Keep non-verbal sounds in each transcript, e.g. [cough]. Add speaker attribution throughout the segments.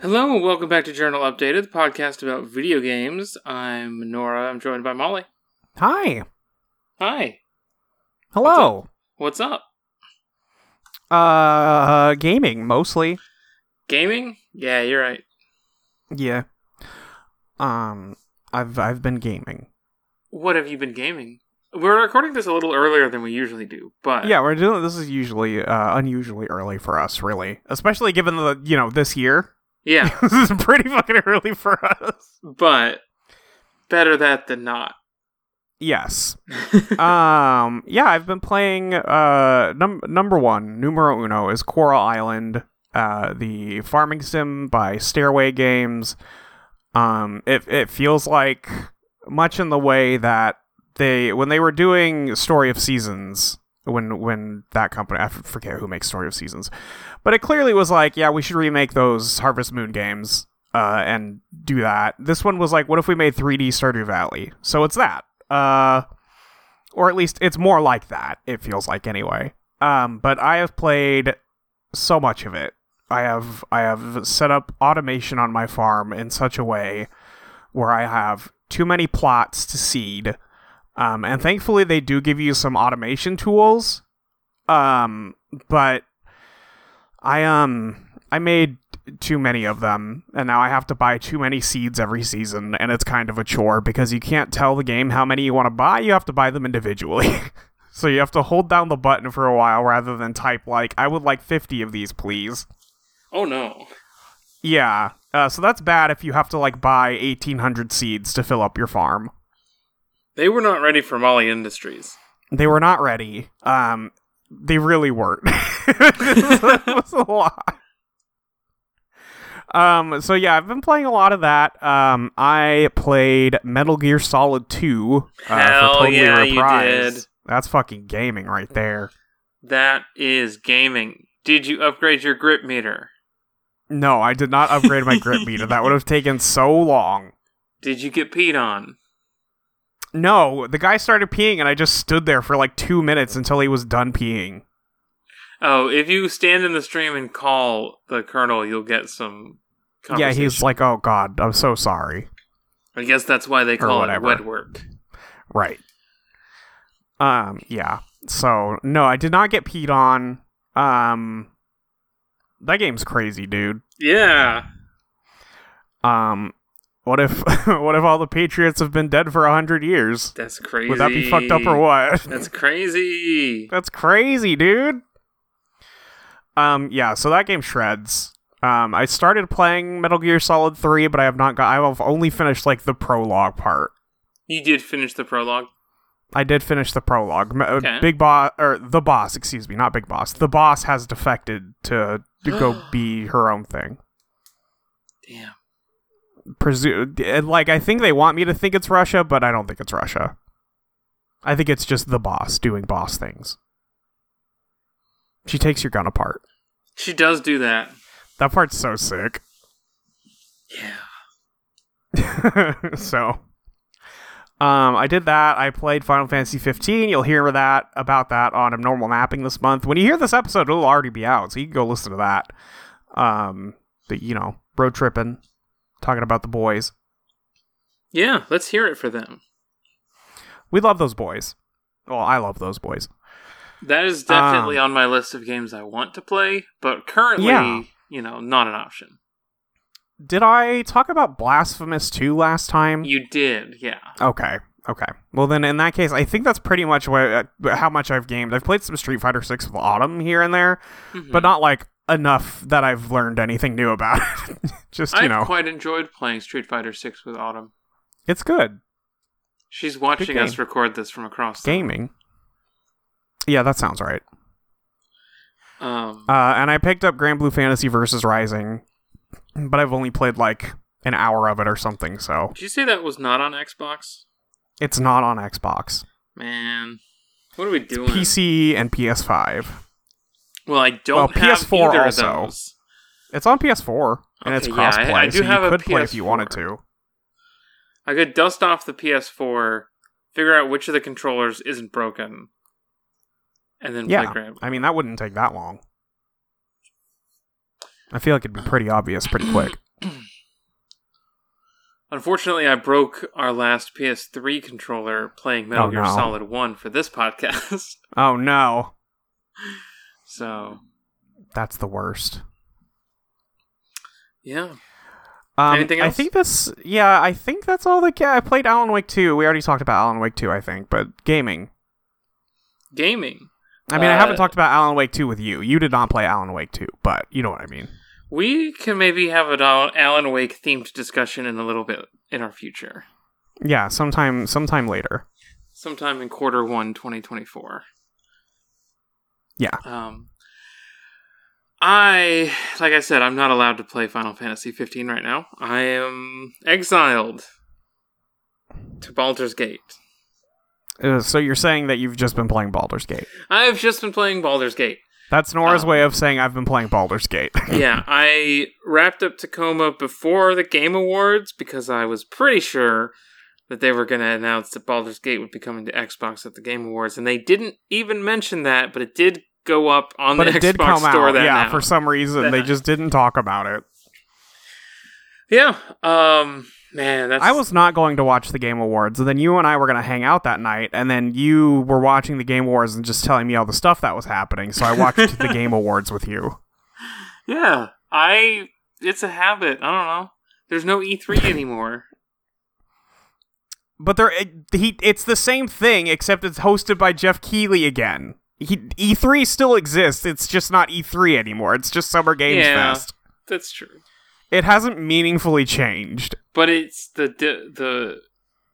Speaker 1: Hello and welcome back to Journal Updated, the podcast about video games. I'm Nora. I'm joined by Molly.
Speaker 2: Hi.
Speaker 1: Hi.
Speaker 2: Hello.
Speaker 1: What's up?
Speaker 2: Uh, gaming mostly.
Speaker 1: Gaming? Yeah, you're right.
Speaker 2: Yeah. Um, I've I've been gaming.
Speaker 1: What have you been gaming? We're recording this a little earlier than we usually do, but
Speaker 2: Yeah, we're doing this is usually uh unusually early for us, really, especially given the you know this year.
Speaker 1: [laughs]
Speaker 2: [laughs]
Speaker 1: yeah,
Speaker 2: this is pretty fucking early for us.
Speaker 1: but better that than not.
Speaker 2: Yes. um. Yeah, I've been playing. Uh, num- number one, numero uno is Coral Island, uh, the farming sim by Stairway Games. Um, it it feels like much in the way that they when they were doing Story of Seasons when when that company I f- forget who makes Story of Seasons, but it clearly was like yeah we should remake those Harvest Moon games. Uh, and do that. This one was like, what if we made 3D Stardew Valley? So it's that uh, or at least it's more like that. It feels like anyway. Um, but I have played so much of it. I have I have set up automation on my farm in such a way where I have too many plots to seed. Um, and thankfully, they do give you some automation tools. Um, but I um I made too many of them and now I have to buy too many seeds every season and it's kind of a chore because you can't tell the game how many you want to buy, you have to buy them individually. [laughs] so you have to hold down the button for a while rather than type like I would like 50 of these please.
Speaker 1: Oh no.
Speaker 2: Yeah. Uh, so that's bad if you have to like buy 1800 seeds to fill up your farm.
Speaker 1: They were not ready for Molly Industries.
Speaker 2: They were not ready. Um they really weren't. [laughs] that was a lot. Um, so yeah, I've been playing a lot of that. Um, I played Metal Gear Solid 2 uh,
Speaker 1: Hell
Speaker 2: for totally
Speaker 1: yeah, you
Speaker 2: reprise.
Speaker 1: did.
Speaker 2: That's fucking gaming right there.
Speaker 1: That is gaming. Did you upgrade your grip meter?
Speaker 2: No, I did not upgrade my grip meter. That would have taken so long.
Speaker 1: Did you get peed on?
Speaker 2: No, the guy started peeing and I just stood there for like two minutes until he was done peeing.
Speaker 1: Oh, if you stand in the stream and call the colonel, you'll get some.
Speaker 2: Yeah, he's
Speaker 1: conversation.
Speaker 2: like, "Oh God, I'm so sorry."
Speaker 1: I guess that's why they call it
Speaker 2: whatever.
Speaker 1: wet work.
Speaker 2: Right. Um, yeah. So no, I did not get peed on. Um That game's crazy, dude.
Speaker 1: Yeah.
Speaker 2: Um what if [laughs] what if all the Patriots have been dead for a hundred years?
Speaker 1: That's crazy.
Speaker 2: Would that be fucked up or what? [laughs]
Speaker 1: That's crazy.
Speaker 2: That's crazy, dude. Um, yeah, so that game shreds. Um, I started playing Metal Gear Solid 3, but I have not got I've only finished like the prologue part.
Speaker 1: You did finish the prologue.
Speaker 2: I did finish the prologue. M- uh,
Speaker 1: Okay.
Speaker 2: Big boss or the boss, excuse me, not big boss. The boss has defected to, to go be her own thing.
Speaker 1: Damn.
Speaker 2: Presu- and, like I think they want me to think it's Russia, but I don't think it's Russia. I think it's just the boss doing boss things. She takes your gun apart.
Speaker 1: She does do that.
Speaker 2: That part's so sick.
Speaker 1: Yeah.
Speaker 2: [laughs] so um, I did that. I played Final Fantasy 15. You'll hear that about that on Abnormal Mapping this month. When you hear this episode, it'll already be out, so you can go listen to that. Um, but you know, road tripping, talking about the boys.
Speaker 1: Yeah, let's hear it for them.
Speaker 2: We love those boys. Well, I love those boys.
Speaker 1: That
Speaker 2: Um,
Speaker 1: is definitely on my list of games I want to play, but currently,
Speaker 2: Yeah.
Speaker 1: you know, not an option.
Speaker 2: Did I talk about Blasphemous 2 last time?
Speaker 1: You did, yeah.
Speaker 2: Okay. Okay. Well, then in that case, I think that's pretty much what, uh, how much I've gamed. I've played some Street Fighter 6 with Autumn here and there,
Speaker 1: Mm-hmm.
Speaker 2: but not like enough that I've learned anything new about it. [laughs] Just, you
Speaker 1: I've
Speaker 2: know,
Speaker 1: quite enjoyed playing Street Fighter 6 with Autumn.
Speaker 2: it's good
Speaker 1: She's watching us
Speaker 2: game.
Speaker 1: record this from across the
Speaker 2: gaming. Yeah, that sounds right.
Speaker 1: Um,
Speaker 2: Uh, and I picked up Grand Blue Fantasy versus Rising, but I've only played like an hour of it or something, so
Speaker 1: did you say that was not on Xbox?
Speaker 2: it's not on Xbox,
Speaker 1: Man, what are we doing?
Speaker 2: PC, and PS5.
Speaker 1: Well, I don't
Speaker 2: Well,
Speaker 1: have
Speaker 2: PS4
Speaker 1: either
Speaker 2: also.
Speaker 1: of those.
Speaker 2: It's on PS4 and it's
Speaker 1: Okay, yeah, I-
Speaker 2: crossplay,
Speaker 1: I do
Speaker 2: so
Speaker 1: have
Speaker 2: you
Speaker 1: a
Speaker 2: could play if you wanted
Speaker 1: PS4.
Speaker 2: to.
Speaker 1: I could dust off the PS4, figure out which of the controllers isn't broken, and then
Speaker 2: Yeah,
Speaker 1: play Grand.
Speaker 2: I mean that wouldn't take that long. I feel like it'd be pretty obvious pretty
Speaker 1: [clears throat]
Speaker 2: quick.
Speaker 1: Unfortunately, I broke our last PS3 controller playing Metal
Speaker 2: Oh,
Speaker 1: Gear
Speaker 2: no.
Speaker 1: Solid 1 for this [laughs] podcast.
Speaker 2: Oh no,
Speaker 1: so,
Speaker 2: that's the worst.
Speaker 1: yeah.
Speaker 2: Um,
Speaker 1: Anything
Speaker 2: I
Speaker 1: else?
Speaker 2: think that's yeah. I think that's all the ca- I played Alan Wake two. We already talked about Alan Wake two. I think, but gaming.
Speaker 1: Gaming.
Speaker 2: I mean, I haven't
Speaker 1: Uh,
Speaker 2: talked about Alan Wake two with you. You did not play Alan Wake two, but you know what I mean.
Speaker 1: We can maybe have an Al- Alan Wake themed discussion in a little bit in our future.
Speaker 2: Yeah, sometime sometime later.
Speaker 1: Sometime in quarter 1 2024.
Speaker 2: Yeah.
Speaker 1: Um I like I said I'm not allowed to play Final Fantasy 15 right now. I am exiled to Baldur's Gate.
Speaker 2: Uh, so you're saying that you've just been playing Baldur's Gate.
Speaker 1: I have just been playing Baldur's Gate.
Speaker 2: That's Nora's
Speaker 1: Um,
Speaker 2: way of saying I've been playing Baldur's Gate.
Speaker 1: yeah, I wrapped up Tacoma before the Game Awards because I was pretty sure that they were going to announce that Baldur's Gate would be coming to Xbox at the Game Awards, and they didn't even mention that, but it did go up on
Speaker 2: [laughs] but
Speaker 1: the
Speaker 2: it
Speaker 1: Xbox
Speaker 2: did come
Speaker 1: store
Speaker 2: out.
Speaker 1: that
Speaker 2: Yeah,
Speaker 1: night.
Speaker 2: for some reason
Speaker 1: That
Speaker 2: they
Speaker 1: [laughs] night.
Speaker 2: just didn't talk about it.
Speaker 1: yeah. Um, man, that's
Speaker 2: I was not going to watch the Game Awards, and then you and I were going to hang out that night, and then you were watching the Game Awards and just telling me all the stuff that was happening. So I watched the Game Awards with you.
Speaker 1: yeah. I it's a habit. I don't know. There's no
Speaker 2: [laughs]
Speaker 1: E3 anymore.
Speaker 2: But there, it, he, it's the same thing except it's hosted by Jeff Keighley again. He, E3 still exists. It's just not E3 anymore. It's just Summer Games
Speaker 1: Yeah.
Speaker 2: Fest.
Speaker 1: That's true.
Speaker 2: It hasn't meaningfully changed.
Speaker 1: But it's the di- the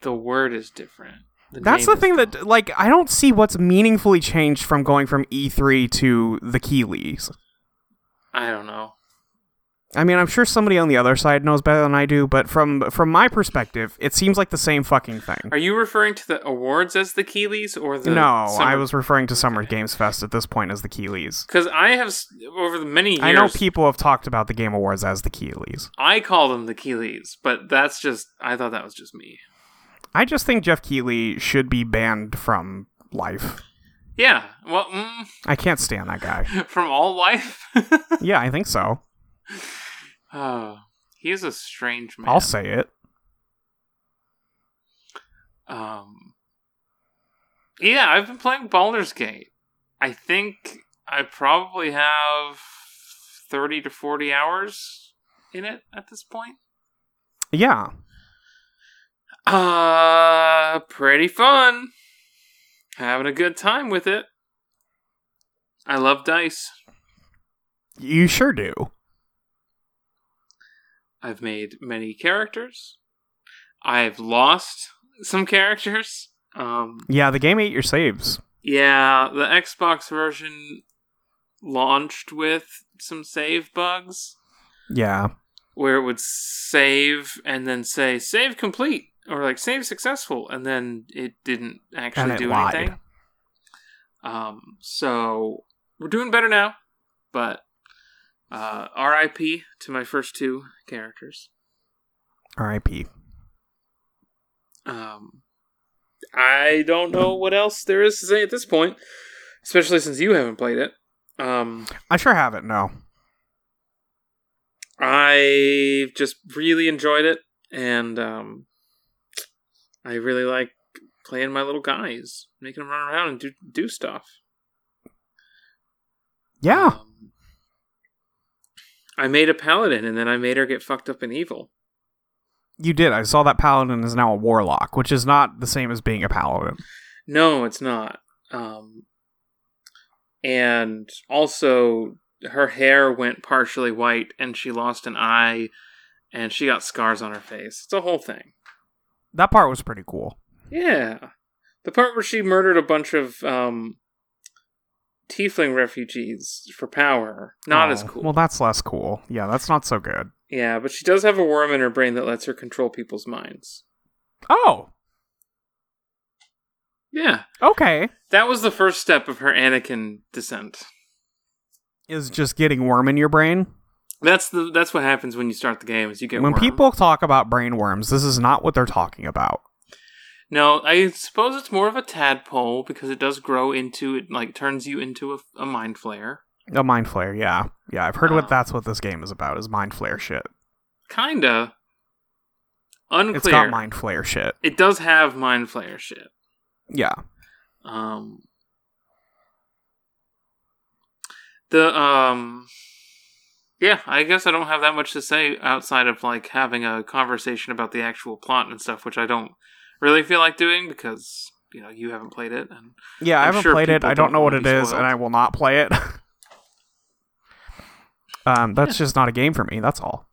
Speaker 1: the word is different. name
Speaker 2: That's the
Speaker 1: is
Speaker 2: thing that, like, I don't see what's meaningfully changed from going from E3 to the Keigleys.
Speaker 1: I don't know.
Speaker 2: I mean, I'm sure somebody on the other side knows better than I do, but from from my perspective, it seems like the same fucking thing.
Speaker 1: Are you referring to the awards as the Keeleys or the
Speaker 2: no, I was referring to Summer Games Fest at this point as the Keeleys.
Speaker 1: because I have s- over the many years
Speaker 2: I know people have talked about the Game Awards as the Keeleys.
Speaker 1: I call them the Keeleys, but that's just I thought that was just me.
Speaker 2: I just think Jeff Keeley should be banned from life.
Speaker 1: Yeah, well, mm, [laughs]
Speaker 2: I can't stand that guy.
Speaker 1: from all life. [laughs]
Speaker 2: yeah, I think so.
Speaker 1: oh, he is a strange man.
Speaker 2: I'll say it.
Speaker 1: um, yeah, I've been playing Baldur's Gate. I think I probably have thirty to forty hours in it at this point.
Speaker 2: Yeah.
Speaker 1: Uh, pretty fun. Having a good time with it. I love dice.
Speaker 2: You sure do.
Speaker 1: I've made many characters. I've lost some characters. Um,
Speaker 2: Yeah, the game ate your saves.
Speaker 1: yeah, the Xbox version launched with some save bugs
Speaker 2: Yeah.
Speaker 1: where it would save and then say save complete or like save successful and then it didn't actually
Speaker 2: it
Speaker 1: do
Speaker 2: lied.
Speaker 1: anything. Um, so we're doing better now, but uh, RIP to my first two characters.
Speaker 2: R.I.P.
Speaker 1: Um, I don't know what else there is to say at this point, especially since you haven't played it. Um,
Speaker 2: I sure haven't, no.
Speaker 1: I've just really enjoyed it, and um, I really like playing my little guys, making them run around and do do stuff.
Speaker 2: Yeah.
Speaker 1: Um, I made a paladin, and then I made her get fucked up and evil.
Speaker 2: You did. I saw that paladin is now a warlock, which is not the same as being a paladin.
Speaker 1: No, it's not. Um, and also, her hair went partially white, and she lost an eye, and she got scars on her face. It's a whole thing.
Speaker 2: That part was pretty cool.
Speaker 1: Yeah, the part where she murdered a bunch of um, tiefling refugees for power. Not
Speaker 2: Oh,
Speaker 1: as cool.
Speaker 2: Well, that's less cool. Yeah, that's not so good.
Speaker 1: yeah, but she does have a worm in her brain that lets her control people's minds.
Speaker 2: Oh,
Speaker 1: Yeah.
Speaker 2: okay.
Speaker 1: That was the first step of her Anakin descent.
Speaker 2: Is just getting worm in your brain.
Speaker 1: That's the that's what happens when you start the game is you get
Speaker 2: when
Speaker 1: worm.
Speaker 2: people talk about brain worms, this is not what they're talking about.
Speaker 1: No, I suppose it's more of a tadpole because it does grow into it like turns you into a, a mind flayer.
Speaker 2: A mind flare, yeah, yeah. I've heard
Speaker 1: Oh.
Speaker 2: what that's what this game is about is mind flare shit.
Speaker 1: Kinda. Unclear.
Speaker 2: It's got mind flare shit.
Speaker 1: It does have mind flayer shit.
Speaker 2: Yeah.
Speaker 1: Um The um yeah, I guess I don't have that much to say outside of like having a conversation about the actual plot and stuff, which I don't really feel like doing because you know you haven't played it and
Speaker 2: Yeah, I
Speaker 1: I'm
Speaker 2: haven't
Speaker 1: sure
Speaker 2: played it.
Speaker 1: people
Speaker 2: I don't
Speaker 1: don't
Speaker 2: know what
Speaker 1: wanna
Speaker 2: it
Speaker 1: be
Speaker 2: is,
Speaker 1: spoiled.
Speaker 2: and I will not play it. [laughs] um, that's just not a game for me. That's all.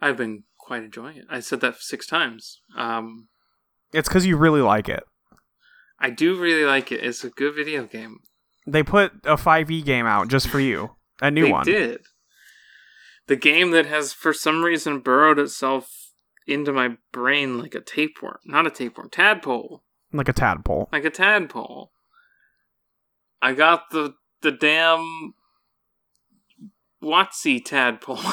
Speaker 1: I've been quite enjoying it. I said that six times. Um,
Speaker 2: It's because you really like it.
Speaker 1: I do really like it. It's a good video game.
Speaker 2: They put a 5e game out just for you, a new
Speaker 1: they
Speaker 2: one.
Speaker 1: did. The game that has, for some reason, burrowed itself into my brain like a tapeworm. Not a tapeworm, tadpole.
Speaker 2: Like a tadpole.
Speaker 1: Like a tadpole. I got the the damn Watsy tadpole. [laughs]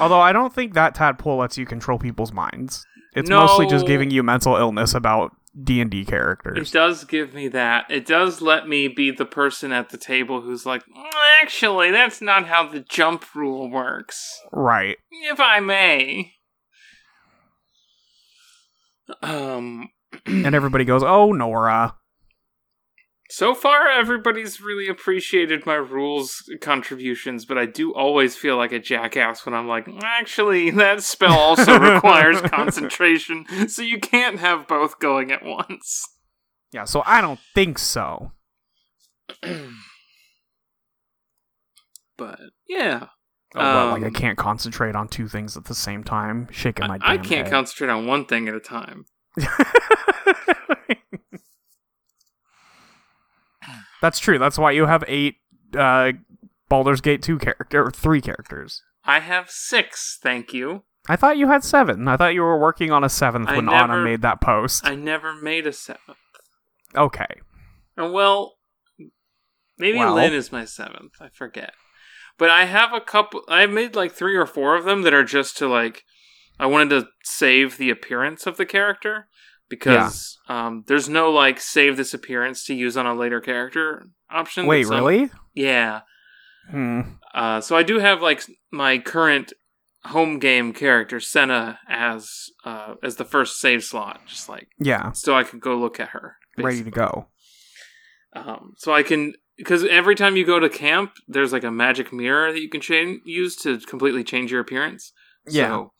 Speaker 2: Although I don't think that tadpole lets you control people's minds. It's mostly just
Speaker 1: No.
Speaker 2: giving you mental illness about D and D
Speaker 1: it
Speaker 2: characters.
Speaker 1: does give me that. It does let me be the person at the table who's like, "Mm, actually, that's not how the jump rule works.
Speaker 2: Right.
Speaker 1: if I may. Um,
Speaker 2: And everybody goes, "Oh, Nora."
Speaker 1: so far everybody's really appreciated my rules contributions, but I do always feel like a jackass when I'm like, actually, that spell
Speaker 2: [laughs]
Speaker 1: also requires concentration, so you can't have both going at once.
Speaker 2: Yeah. So I don't think so.
Speaker 1: But yeah,
Speaker 2: Oh, well, like I
Speaker 1: Um,
Speaker 2: can't concentrate on two things at the same time. Shaking my.
Speaker 1: I, I
Speaker 2: damn
Speaker 1: can't
Speaker 2: head.
Speaker 1: concentrate on one thing at a time.
Speaker 2: [laughs] That's true. That's why you have eight uh Baldur's Gate 2 character or three characters.
Speaker 1: I have six, thank you.
Speaker 2: I thought you had seven. I thought you were working on a seventh
Speaker 1: I
Speaker 2: when Anna
Speaker 1: never-
Speaker 2: made that post.
Speaker 1: I never made a seven.
Speaker 2: okay.
Speaker 1: And well, maybe
Speaker 2: Well.
Speaker 1: Lynn is my seventh. I forget. But I have a couple. I made like three or four of them that are just to like. I wanted to save the appearance of the character because um, there's no like save this appearance to use on a later character option.
Speaker 2: Wait,
Speaker 1: It's not-
Speaker 2: really?
Speaker 1: Yeah.
Speaker 2: Hmm.
Speaker 1: Uh, so I do have like my current home game character Senna as uh, as the first save slot, just like
Speaker 2: Yeah.
Speaker 1: so I could go look at her.
Speaker 2: Ready to go.
Speaker 1: Um, so I can because every time you go to camp, there's like a magic mirror that you can cha- use to completely change your appearance.
Speaker 2: Yeah.
Speaker 1: So,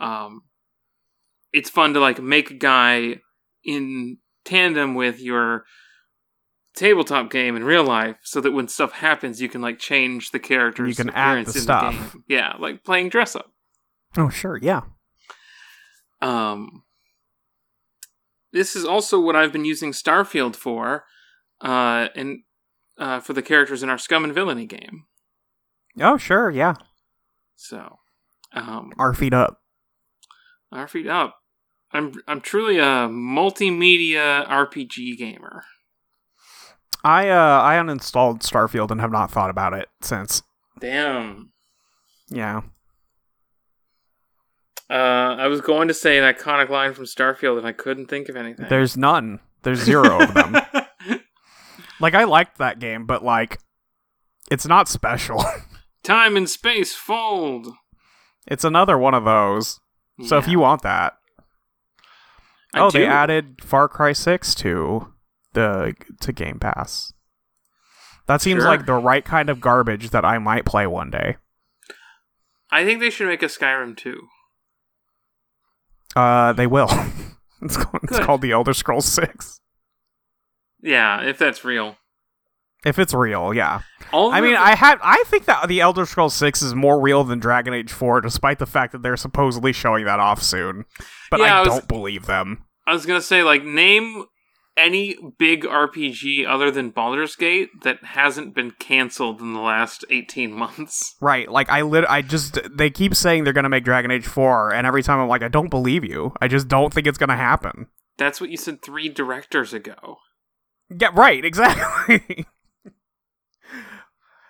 Speaker 1: um, it's fun to like make a guy in tandem with your tabletop game in real life, so that when stuff happens, you can like change the character's
Speaker 2: You can add
Speaker 1: appearance
Speaker 2: the
Speaker 1: in the
Speaker 2: stuff.
Speaker 1: game. Yeah, like playing dress up.
Speaker 2: Oh, sure. Yeah.
Speaker 1: Um, this is also what I've been using Starfield for, uh, and uh, for the characters in our Scum and Villainy game.
Speaker 2: Oh, sure. Yeah.
Speaker 1: So, um,
Speaker 2: Our feet up.
Speaker 1: our feet up. I'm I'm truly a multimedia RPG gamer.
Speaker 2: I uh I uninstalled Starfield and have not thought about it since.
Speaker 1: Damn.
Speaker 2: Yeah.
Speaker 1: Uh, I was going to say an iconic line from Starfield, and I couldn't think of anything.
Speaker 2: There's none. There's zero
Speaker 1: [laughs]
Speaker 2: of them. Like I liked that game, but like it's not special. [laughs]
Speaker 1: Time and space fold.
Speaker 2: it's another one of those. So if
Speaker 1: Yeah.
Speaker 2: you want that,
Speaker 1: I
Speaker 2: oh, they
Speaker 1: do.
Speaker 2: added Far Cry Six to the to Game Pass. That seems
Speaker 1: Sure.
Speaker 2: like the right kind of garbage that I might play one day.
Speaker 1: I think they should make a Skyrim too.
Speaker 2: Uh, they will. [laughs] it's called, it's
Speaker 1: Good.
Speaker 2: called The Elder Scrolls Six.
Speaker 1: Yeah, if that's real.
Speaker 2: If it's real, yeah.
Speaker 1: All
Speaker 2: I
Speaker 1: the-
Speaker 2: mean, I had I think that The Elder Scrolls Six is more real than Dragon Age Four, despite the fact that they're supposedly showing that off soon. But
Speaker 1: Yeah,
Speaker 2: I,
Speaker 1: I was-
Speaker 2: don't believe them.
Speaker 1: I was gonna say like name any big RPG other than Baldur's Gate that hasn't been canceled in the last 18 months. [laughs]
Speaker 2: Right. Like I lit I just they keep saying they're going to make Dragon Age 4 and every time I'm like I don't believe you. I just don't think it's going to happen.
Speaker 1: That's what you said three directors ago.
Speaker 2: Yeah, right, [laughs] exactly.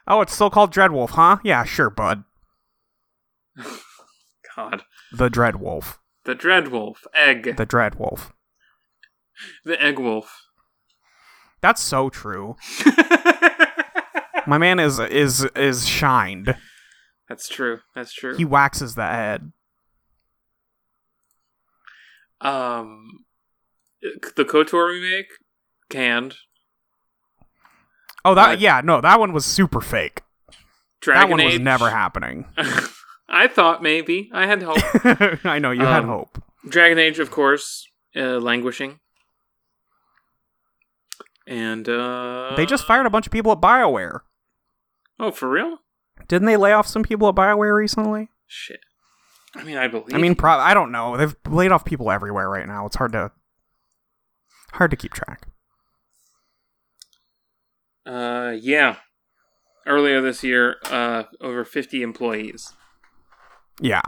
Speaker 2: oh, it's still called Dreadwolf, huh? Yeah, sure, bud.
Speaker 1: God.
Speaker 2: The Dreadwolf.
Speaker 1: The Dreadwolf. Egg.
Speaker 2: The Dreadwolf.
Speaker 1: The Egg Wolf. [laughs]
Speaker 2: That's so true. My man is is is shined.
Speaker 1: That's true. That's true.
Speaker 2: He waxes the head.
Speaker 1: Um, the Kotor remake canned.
Speaker 2: Oh, that
Speaker 1: What?
Speaker 2: yeah, no, that one was super fake.
Speaker 1: Dragon
Speaker 2: that one was
Speaker 1: Age-
Speaker 2: never happening. [laughs]
Speaker 1: [laughs] I thought maybe I had hope.
Speaker 2: I know you had
Speaker 1: Um,
Speaker 2: hope.
Speaker 1: Dragon Age, of course, uh, languishing. And uh
Speaker 2: They just fired a bunch of people at BioWare.
Speaker 1: Oh, for real?
Speaker 2: Didn't they lay off some people at BioWare recently?
Speaker 1: Shit. I mean, I believe.
Speaker 2: I mean, pro- I don't know. They've laid off people everywhere right now. It's hard to hard to keep track.
Speaker 1: uh yeah. Earlier this year, uh over 50 employees.
Speaker 2: Yeah.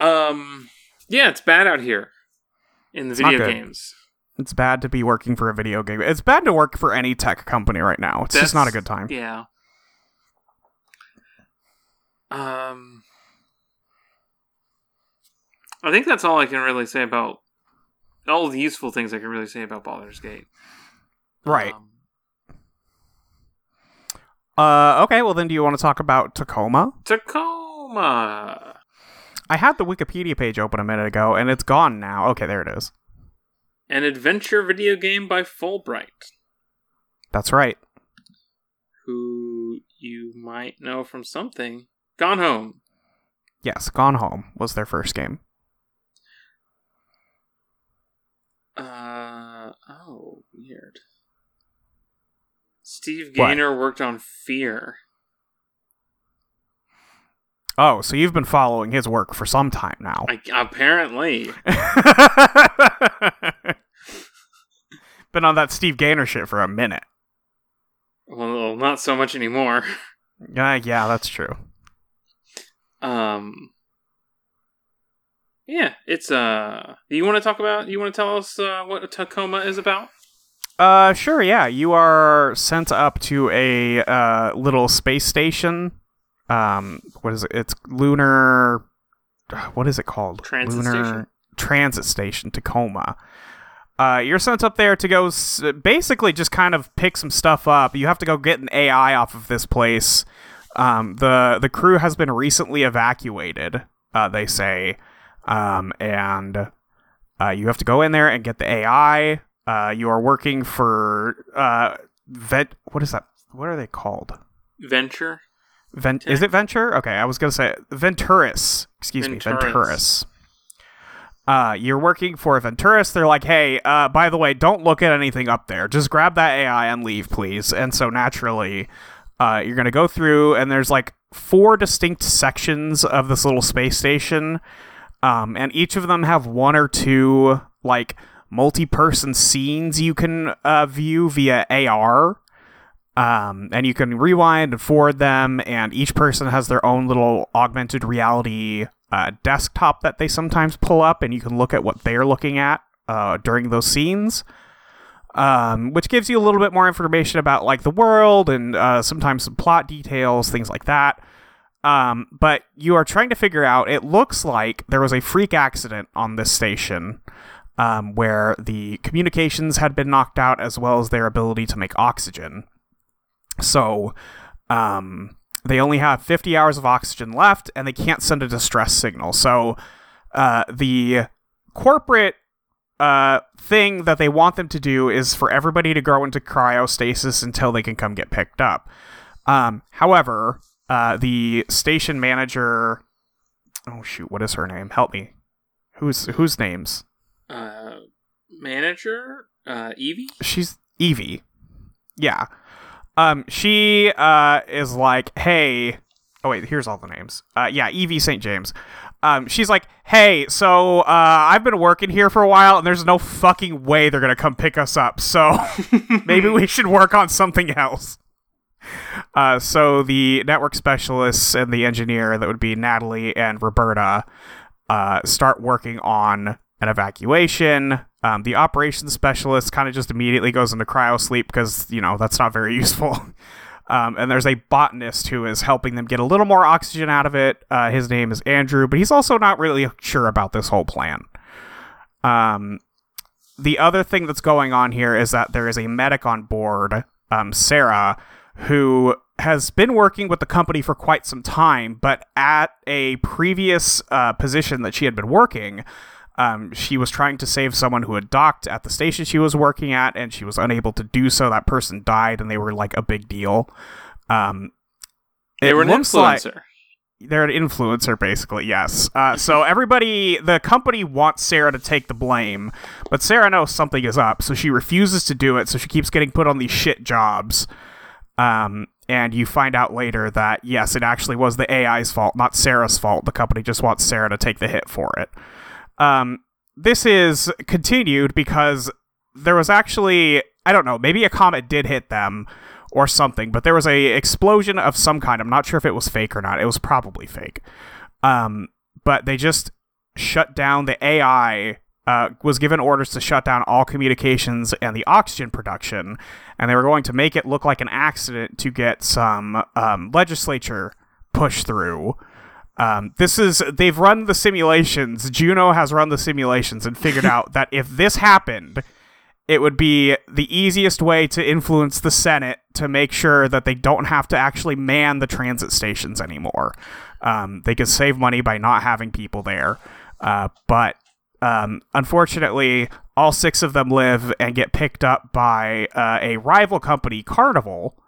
Speaker 1: Um yeah, it's bad out here in the
Speaker 2: not
Speaker 1: video
Speaker 2: good.
Speaker 1: games.
Speaker 2: It's bad to be working for a video game. It's bad to work for any tech company right now. It's just not a
Speaker 1: That's-
Speaker 2: good time.
Speaker 1: Yeah. Um, I think that's all I can really say about all the useful things I can really say about Baldur's Gate.
Speaker 2: Right.
Speaker 1: Um,
Speaker 2: Uh okay, well then do you want to talk about Tacoma?
Speaker 1: Tacoma.
Speaker 2: I had the Wikipedia page open a minute ago and it's gone now. Okay, there it is.
Speaker 1: An adventure video game by Fulbright,
Speaker 2: That's right.
Speaker 1: who you might know from something. Gone Home.
Speaker 2: Yes, Gone Home was their first game.
Speaker 1: Uh, oh, weird. Steve
Speaker 2: What?
Speaker 1: Gaynor worked on Fear.
Speaker 2: Oh, so you've been following his work for some time now.
Speaker 1: I, apparently.
Speaker 2: [laughs] been on that Steve Gaynor shit for a minute.
Speaker 1: Well, not so much anymore. [laughs]
Speaker 2: Yeah, yeah, that's true.
Speaker 1: Um, yeah, it's uh. You want to talk about? You want to tell us uh, what Tacoma is about?
Speaker 2: Uh, sure. Yeah, you are sent up to a uh, little space station. Um, what is it? It's lunar. What is it called?
Speaker 1: Transit
Speaker 2: lunar
Speaker 1: station?
Speaker 2: transit station Tacoma. Uh, you're sent up there to go s- basically just kind of pick some stuff up. You have to go get an AI off of this place. Um, the the crew has been recently evacuated. Uh, they say, um, and uh, you have to go in there and get the AI. Uh, you are working for uh, vet. What is that? What are they called?
Speaker 1: Venture.
Speaker 2: Vent is it Venture? Okay, I was gonna say Venturis. Excuse
Speaker 1: Venturis.
Speaker 2: me, Venturis. Uh, you're working for Venturis. They're like, hey, uh, by the way, don't look at anything up there. Just grab that AI and leave, please. And so naturally, uh, you're gonna go through, and there's like four distinct sections of this little space station, um, and each of them have one or two like multi-person scenes you can uh, view via AR um, and you can rewind and forward them and each person has their own little augmented reality uh, desktop that they sometimes pull up and you can look at what they're looking at uh, during those scenes um, which gives you a little bit more information about like the world and uh, sometimes some plot details things like that um, but you are trying to figure out it looks like there was a freak accident on this station um, where the communications had been knocked out as well as their ability to make oxygen so um, they only have 50 hours of oxygen left and they can't send a distress signal. So uh, the corporate uh, thing that they want them to do is for everybody to go into cryostasis until they can come get picked up. Um, however, uh, the station manager. Oh, shoot. What is her name? Help me. Who's, whose names?
Speaker 1: Uh, manager. Uh, Evie.
Speaker 2: she's Evie. Yeah. Um, she uh is like, hey. Oh wait, here's all the names. Uh, yeah, Evie St. James. Um, she's like, "Hey, so uh, I've been working here for a while, and there's no fucking way they're gonna come pick us up. So [laughs] maybe we should work on something else." Uh, so the network specialists and the engineer that would be Natalie and Roberta uh, start working on an evacuation. Um, the operations specialist kind of just immediately goes into cryo sleep because you know that's not very [laughs] useful. Um, and there's a botanist who is helping them get a little more oxygen out of it. Uh, his name is Andrew, but he's also not really sure about this whole plan. Um, the other thing that's going on here is that there is a medic on board, um, Sarah, who has been working with the company for quite some time, but at a previous uh, position that she had been working, um, she was trying to save someone who had docked at the station she was working at, and she was unable to do so. That person died, and they were like a big deal. Um,
Speaker 1: They
Speaker 2: it
Speaker 1: were an
Speaker 2: looks like-
Speaker 1: influencer.
Speaker 2: they're an influencer basically yes uh, so [laughs] everybody the company wants sarah to take the blame but sarah knows something is up so she refuses to do it so she keeps getting put on these shit jobs um, and you find out later that yes it actually was the ai's fault not sarah's fault the company just wants sarah to take the hit for it um, this is continued because there was actually I don't know, maybe a comet did hit them or something, but there was a explosion of some kind. I'm not sure if it was fake or not. It was probably fake. Um, but they just shut down the AI. Uh, was given orders to shut down all communications and the oxygen production, and they were going to make it look like an accident to get some um, legislature pushed through. Um, this is they've run the simulations. Juno has run the simulations and figured out that if this happened, it would be the easiest way to influence the Senate to make sure that they don't have to actually man the transit stations anymore. Um, they could save money by not having people there. Uh, but um, unfortunately, all six of them live and get picked up by uh, a rival company, Carnival.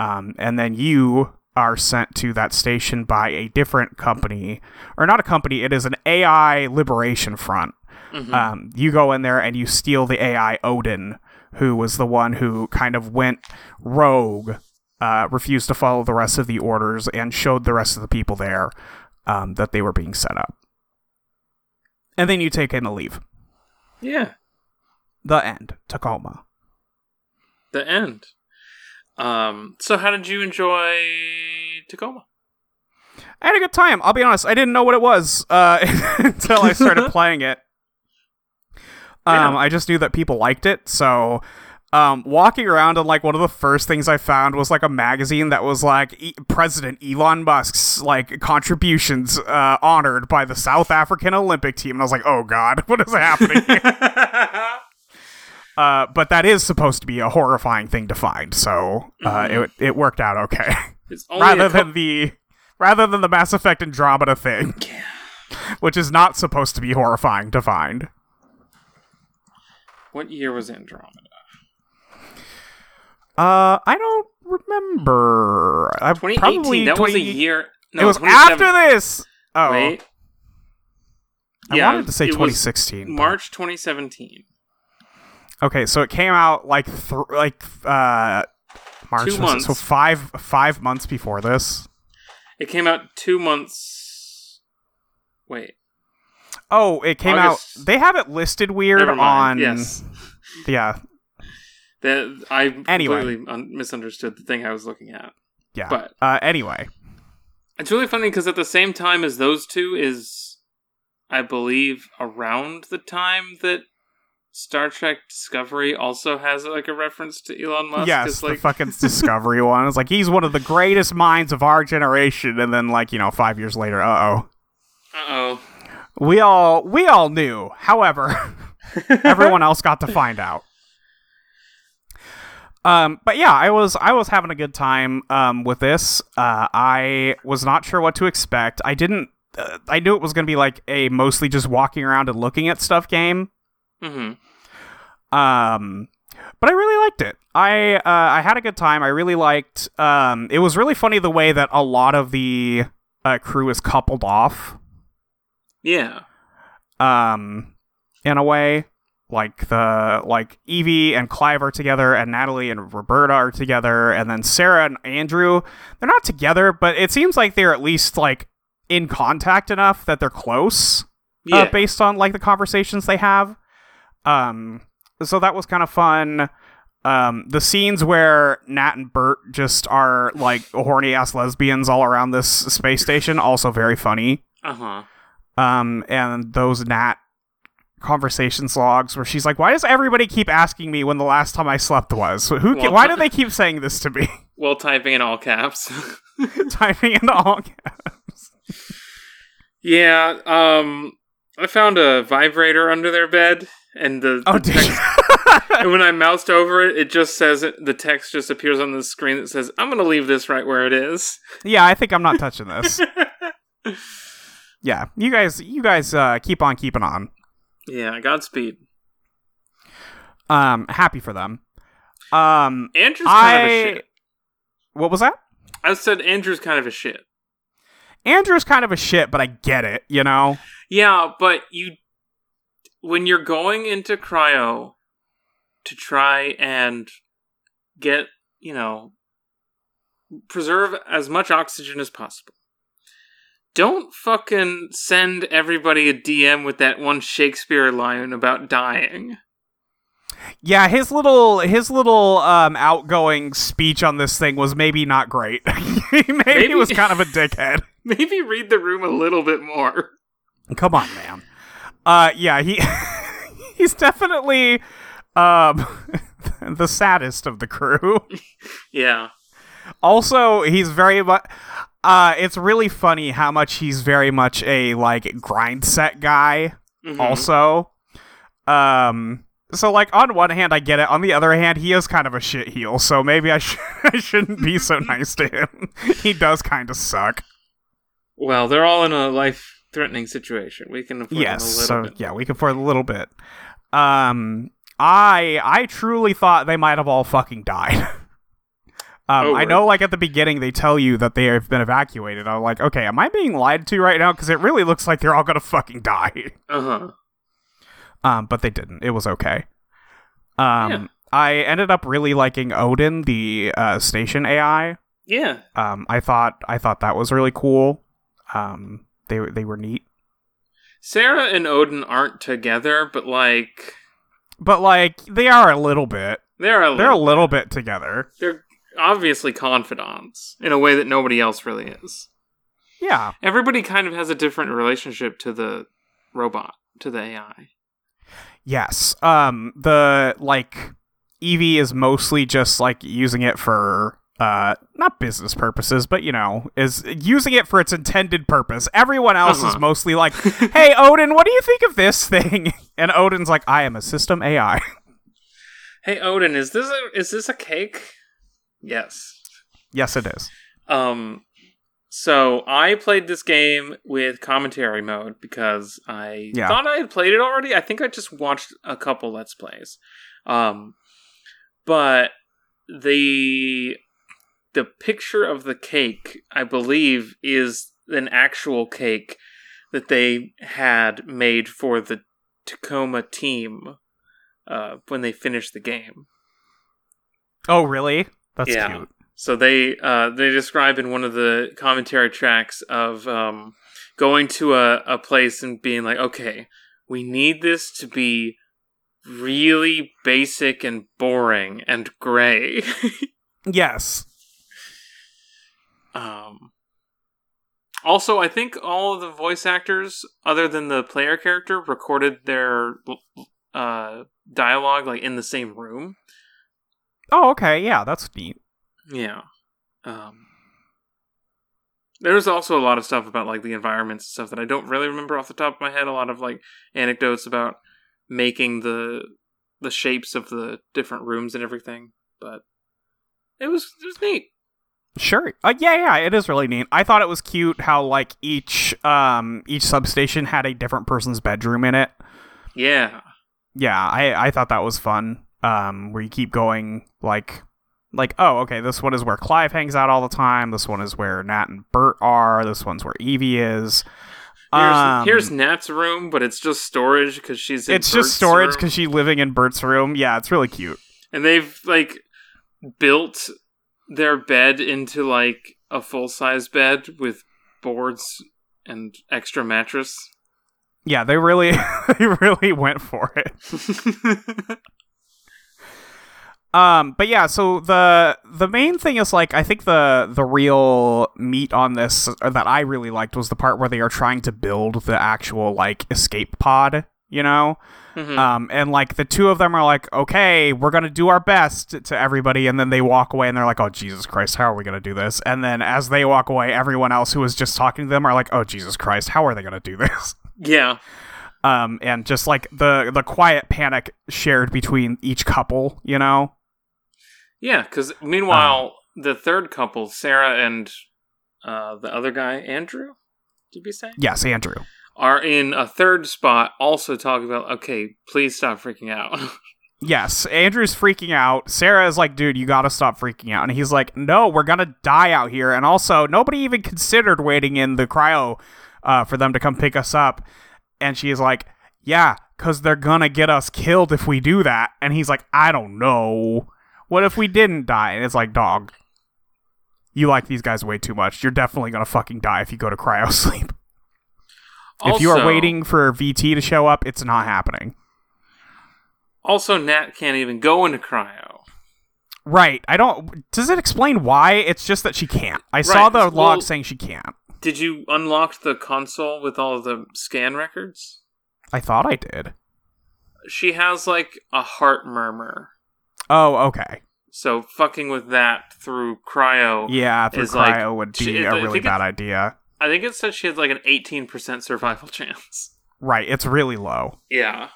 Speaker 2: Um, and then you are sent to that station by a different company, or not a company, it is an AI liberation front. Um, you go in there and you steal the AI Odin, who was the one who kind of went rogue, uh, refused to follow the rest of the orders, and showed the rest of the people there um, that they were being set up. And then you take in the leave.
Speaker 1: Yeah,
Speaker 2: The end. Tacoma.
Speaker 1: the end. Um, so how did you enjoy Tacoma?
Speaker 2: [laughs]
Speaker 1: [laughs]
Speaker 2: I had a good time. I'll be honest. I didn't know what it was uh, [laughs] until I started playing it. Um,
Speaker 1: Yeah.
Speaker 2: I just knew that people liked it. So, um, walking around and like one of the first things I found was like a magazine that was like e- President Elon Musk's like contributions uh, honored by the South African Olympic team, and I was like, oh god, [laughs] what is happening?
Speaker 1: [laughs]
Speaker 2: uh, but that is supposed to be a horrifying thing to find. So uh, it it worked out okay [laughs]
Speaker 1: It's only
Speaker 2: rather
Speaker 1: a cou-
Speaker 2: than the rather than the Mass Effect Andromeda thing, which is not supposed to be horrifying to find.
Speaker 1: what year was Andromeda?
Speaker 2: Uh, I don't remember. I
Speaker 1: 2018.
Speaker 2: probably
Speaker 1: that was a
Speaker 2: 20
Speaker 1: year. No,
Speaker 2: it was
Speaker 1: 27
Speaker 2: after this. Oh,
Speaker 1: Wait,
Speaker 2: I
Speaker 1: yeah,
Speaker 2: wanted to say
Speaker 1: it was
Speaker 2: 2016. but-
Speaker 1: March 2017.
Speaker 2: Okay, so it came out like th- like uh March.
Speaker 1: Two
Speaker 2: was it?
Speaker 1: months.
Speaker 2: So five five months before this.
Speaker 1: It came out two months. Wait,
Speaker 2: Oh, it came out.
Speaker 1: August-
Speaker 2: They have it listed weird
Speaker 1: never
Speaker 2: on.
Speaker 1: mind. Yes,
Speaker 2: Yeah.
Speaker 1: that I
Speaker 2: Anyway.
Speaker 1: completely un- misunderstood the thing I was looking at.
Speaker 2: Yeah.
Speaker 1: But-
Speaker 2: uh, anyway,
Speaker 1: It's really funny because at the same time as those two is, I believe, around the time that Star Trek Discovery also has like a reference to Elon Musk.
Speaker 2: yes,
Speaker 1: It's
Speaker 2: the
Speaker 1: like,
Speaker 2: fucking Discovery one. It's like he's one of the greatest minds of our generation, and then like you know, five years later, uh oh,
Speaker 1: uh oh,
Speaker 2: we all we all knew. However, [laughs] everyone else got to find out. Um, but yeah, I was I was having a good time um, with this. Uh, I was not sure what to expect. I didn't. Uh, I knew it was going to be like a mostly just walking around and looking at stuff game.
Speaker 1: hmm
Speaker 2: Um, but I really liked it. I uh, I had a good time. I really liked. Um, it was really funny the way that a lot of the uh, crew is coupled off. Uh,
Speaker 1: yeah,
Speaker 2: Um, in a way, like the like Evie and Clive are together, and Natalie and Roberta are together, and then Sarah and Andrew. They're not together, but it seems like they're at least like in contact enough that they're close
Speaker 1: Yeah.
Speaker 2: uh, based on like the conversations they have. Um, so that was kind of fun. Um, the scenes where Nat and Bert just are like horny ass lesbians all around this space station also very funny.
Speaker 1: uh huh.
Speaker 2: Um, and those Nat conversations logs where she's like, "Why does everybody keep asking me when the last time I slept was? Who? ca-
Speaker 1: Well-
Speaker 2: why do they keep saying this to me?" [laughs]
Speaker 1: Well, typing in all caps. [laughs]
Speaker 2: Typing into all.
Speaker 1: yeah. Um, I found a vibrator under their bed, and the
Speaker 2: Oh,
Speaker 1: the
Speaker 2: did
Speaker 1: text-
Speaker 2: you?
Speaker 1: [laughs] and when I moused over it, it just says the text just appears on the screen that says, "I'm gonna leave this right where it is."
Speaker 2: [laughs] yeah, I think I'm not
Speaker 1: [laughs]
Speaker 2: touching this. yeah, you guys, you guys uh, keep on keeping on.
Speaker 1: yeah. Godspeed.
Speaker 2: Um, happy for them. Um,
Speaker 1: Andrew's kind of a
Speaker 2: I-
Speaker 1: shit.
Speaker 2: what was that?
Speaker 1: I said Andrew's kind of a shit.
Speaker 2: Andrew's kind of a shit, but I get it. You know.
Speaker 1: Yeah, but you when you're going into cryo to try and get, you know, preserve as much oxygen as possible. Don't fucking send everybody a DM with that one Shakespeare line about dying. [laughs]
Speaker 2: Yeah, his little his little um, outgoing speech on this thing was maybe not great. [laughs] maybe, maybe
Speaker 1: Maybe-
Speaker 2: was kind of a dickhead.
Speaker 1: Maybe read the room a little bit more.
Speaker 2: Come on, man. Uh, yeah, he [laughs] he's definitely um [laughs] the saddest of the crew.
Speaker 1: Yeah.
Speaker 2: Also, he's very much. Uh, it's really funny how much he's very much a like grind set guy.
Speaker 1: Mhm.
Speaker 2: Also, um, so like on one hand I get it. On the other hand, he is kind of a shit heel. So maybe I, [laughs] sh- I shouldn't
Speaker 1: [laughs]
Speaker 2: be so nice to him. he does kind of suck.
Speaker 1: Well, they're all in a life threatening situation. We can afford
Speaker 2: yes
Speaker 1: them a little
Speaker 2: so
Speaker 1: bit.
Speaker 2: yeah we can for a little bit um i i truly thought they might have all fucking died [laughs] um
Speaker 1: Oh,
Speaker 2: i
Speaker 1: word.
Speaker 2: know like at the beginning they tell you that they have been evacuated i'm like okay am i being lied to right now because it really looks like they're all gonna fucking die [laughs]
Speaker 1: Uh-huh.
Speaker 2: um but they didn't it was okay um
Speaker 1: Yeah.
Speaker 2: i ended up really liking odin the uh station ai
Speaker 1: Yeah.
Speaker 2: um i thought i thought that was really cool um they, were- they were neat
Speaker 1: Sarah and Odin aren't together, but like
Speaker 2: but like they are a little bit
Speaker 1: they're a
Speaker 2: They're a
Speaker 1: little,
Speaker 2: little bit together.
Speaker 1: they're obviously confidants in a way that nobody else really is.
Speaker 2: Yeah.
Speaker 1: Everybody kind of has a different relationship to the robot, to the AI.
Speaker 2: Yes. Um the like Evie is mostly just like using it for uh not business purposes, but you know, is using it for its intended purpose. Everyone else is
Speaker 1: Uh-huh.
Speaker 2: mostly [laughs] like, "Hey Odin, what do you think of this thing?" [laughs] And Odin's like, "I [laughs] am a system AI."
Speaker 1: Hey Odin, is this a, is this a cake? Yes.
Speaker 2: yes, it is.
Speaker 1: Um so I played this game with commentary mode because I
Speaker 2: Yeah.
Speaker 1: thought I had played it already. I think I just watched a couple let's plays. Um but the the picture of the cake, I believe, is an actual cake that they had made for the Tacoma team uh, when they finished the game.
Speaker 2: Oh, really? That's
Speaker 1: Yeah.
Speaker 2: cute.
Speaker 1: So they uh, they describe in one of the commentary tracks of um, going to a, a place and being like, okay, we need this to be really basic and boring and gray. [laughs]
Speaker 2: Yes.
Speaker 1: um, also, I think all of the voice actors, other than the player character, recorded their uh, dialogue like in the same room.
Speaker 2: Oh, okay. Yeah, that's neat.
Speaker 1: Yeah. Um, there's also a lot of stuff about like the environments and stuff that I don't really remember off the top of my head. A lot of like anecdotes about making the the shapes of the different rooms and everything, but it was it was neat.
Speaker 2: Sure. Uh, yeah, yeah, it is really neat. I thought it was cute how like each um each substation had a different person's bedroom in it.
Speaker 1: Yeah.
Speaker 2: Yeah, I I thought that was fun. Um where you keep going like like oh, okay, this one is where Clive hangs out all the time. This one is where Nat and Bert are. This one's where Evie is.
Speaker 1: Here's,
Speaker 2: Um,
Speaker 1: here's Nat's room, but it's just storage because she's. In
Speaker 2: it's
Speaker 1: Bert's
Speaker 2: just storage
Speaker 1: room.
Speaker 2: because she's living in Bert's room. Yeah, it's really cute.
Speaker 1: and they've like built their bed into like a full size bed with boards and extra mattress.
Speaker 2: Yeah, they really [laughs] they really went for it. Um, but yeah, so the the main thing is like I think the the real meat on this uh, that I really liked was the part where they are trying to build the actual like escape pod, you know,
Speaker 1: Mhm.
Speaker 2: um, and like the two of them are like, okay, we're gonna do our best to everybody, and then they walk away and they're like, oh Jesus Christ, how are we gonna do this? And then as they walk away, everyone else who was just talking to them are like, oh Jesus Christ, how are they gonna do this?
Speaker 1: yeah.
Speaker 2: Um, and just like the the quiet panic shared between each couple, you know.
Speaker 1: Yeah, because meanwhile,
Speaker 2: um,
Speaker 1: the third couple, Sarah and uh, the other guy, Andrew, did we say?
Speaker 2: Yes, Andrew.
Speaker 1: Are in a third spot, also talking about, okay, please stop freaking out. [laughs]
Speaker 2: Yes, Andrew's freaking out. Sarah is like, dude, you gotta stop freaking out. And he's like, no, we're gonna die out here. And also, nobody even considered waiting in the cryo uh, for them to come pick us up. And she's like, yeah, because they're gonna get us killed if we do that. And he's like, I don't know. What if we didn't die? And it's like, dog, you like these guys way too much. You're definitely gonna fucking die if you go to cryo [laughs] sleep. if you are
Speaker 1: Also-
Speaker 2: waiting for VT to show up, it's not happening.
Speaker 1: Also, Nat can't even go into cryo.
Speaker 2: Right. I don't. Does it explain why? It's just that she can't. I saw
Speaker 1: Right,
Speaker 2: the
Speaker 1: well-
Speaker 2: log saying she can't.
Speaker 1: Did you unlock the console with all the scan records?
Speaker 2: I thought I did.
Speaker 1: She has like a heart murmur.
Speaker 2: Oh, okay.
Speaker 1: So fucking with that through cryo,
Speaker 2: Yeah, through
Speaker 1: It's
Speaker 2: cryo
Speaker 1: like-
Speaker 2: would be
Speaker 1: she-
Speaker 2: a
Speaker 1: I
Speaker 2: really
Speaker 1: think
Speaker 2: bad
Speaker 1: it's-
Speaker 2: idea.
Speaker 1: I think it said she had like an 18% survival [laughs] chance.
Speaker 2: Right. It's really low.
Speaker 1: Yeah.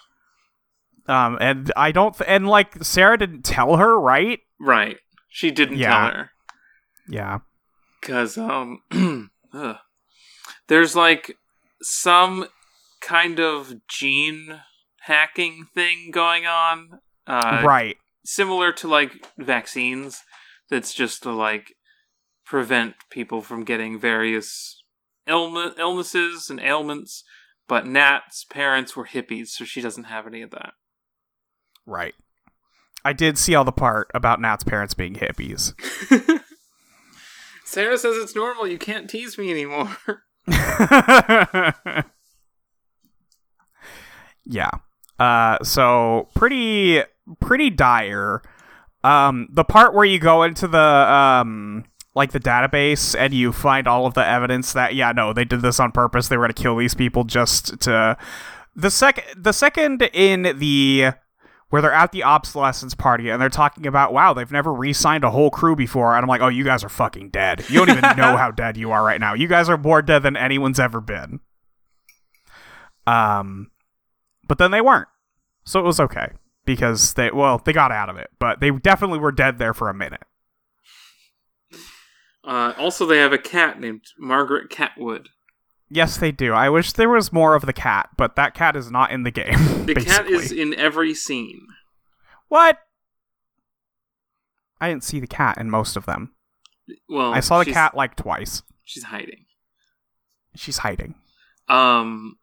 Speaker 2: Um, and I don't. Th- and like Sarah didn't tell her, right?
Speaker 1: Right. She didn't
Speaker 2: Yeah.
Speaker 1: tell her.
Speaker 2: Yeah.
Speaker 1: Because, um, [clears throat] ugh. there's like some kind of gene hacking thing going on. Uh,
Speaker 2: right.
Speaker 1: Similar to like vaccines, that's just to like prevent people from getting various illne- illnesses and ailments. But Nat's parents were hippies, so she doesn't have any of that.
Speaker 2: Right. I did see all the part about Nat's parents being hippies.
Speaker 1: Sarah says it's normal. You can't tease me anymore. [laughs]
Speaker 2: [laughs] yeah. Uh, so pretty pretty dire. Um, the part where you go into the um like the database and you find all of the evidence that yeah no they did this on purpose they were gonna kill these people just to the second the second in the where they're at the obsolescence party and they're talking about wow they've never re-signed a whole crew before and I'm like oh you guys are fucking dead you don't
Speaker 1: [laughs]
Speaker 2: even know how dead you are right now you guys are more dead than anyone's ever been um but then they weren't so it was okay because they well they got out of it but they definitely were dead there for a minute
Speaker 1: Uh, also, they have a cat named Margaret Catwood.
Speaker 2: yes they do i wish there was more of the cat but that cat is not in the game [laughs]
Speaker 1: The cat
Speaker 2: basically.
Speaker 1: is in every scene.
Speaker 2: what i didn't see the cat in most of them
Speaker 1: Well,
Speaker 2: i saw the
Speaker 1: Oh, she's-
Speaker 2: cat like twice
Speaker 1: She's hiding.
Speaker 2: she's hiding
Speaker 1: Um,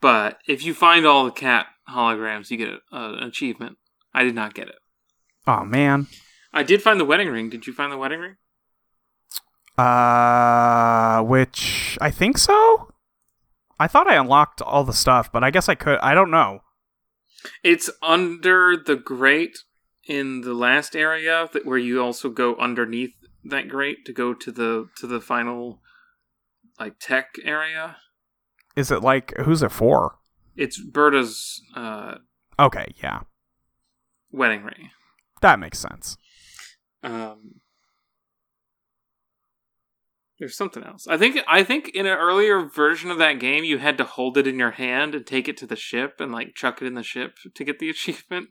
Speaker 1: but if you find all the cat holograms, you get a, a, an achievement. I did not get it.
Speaker 2: oh man
Speaker 1: I did find the wedding ring. Did you find the wedding ring?
Speaker 2: uh which i think so i thought i unlocked all the stuff but i guess i could i don't know
Speaker 1: It's under the grate in the last area that where you also go underneath that grate to go to the to the final like tech area.
Speaker 2: is it like who's it for
Speaker 1: It's Berta's uh,
Speaker 2: okay yeah
Speaker 1: wedding ring.
Speaker 2: that makes sense
Speaker 1: Um, there's something else. I think I think in an earlier version of that game, you had to hold it in your hand and take it to the ship and like chuck it in the ship to get the [laughs] achievement.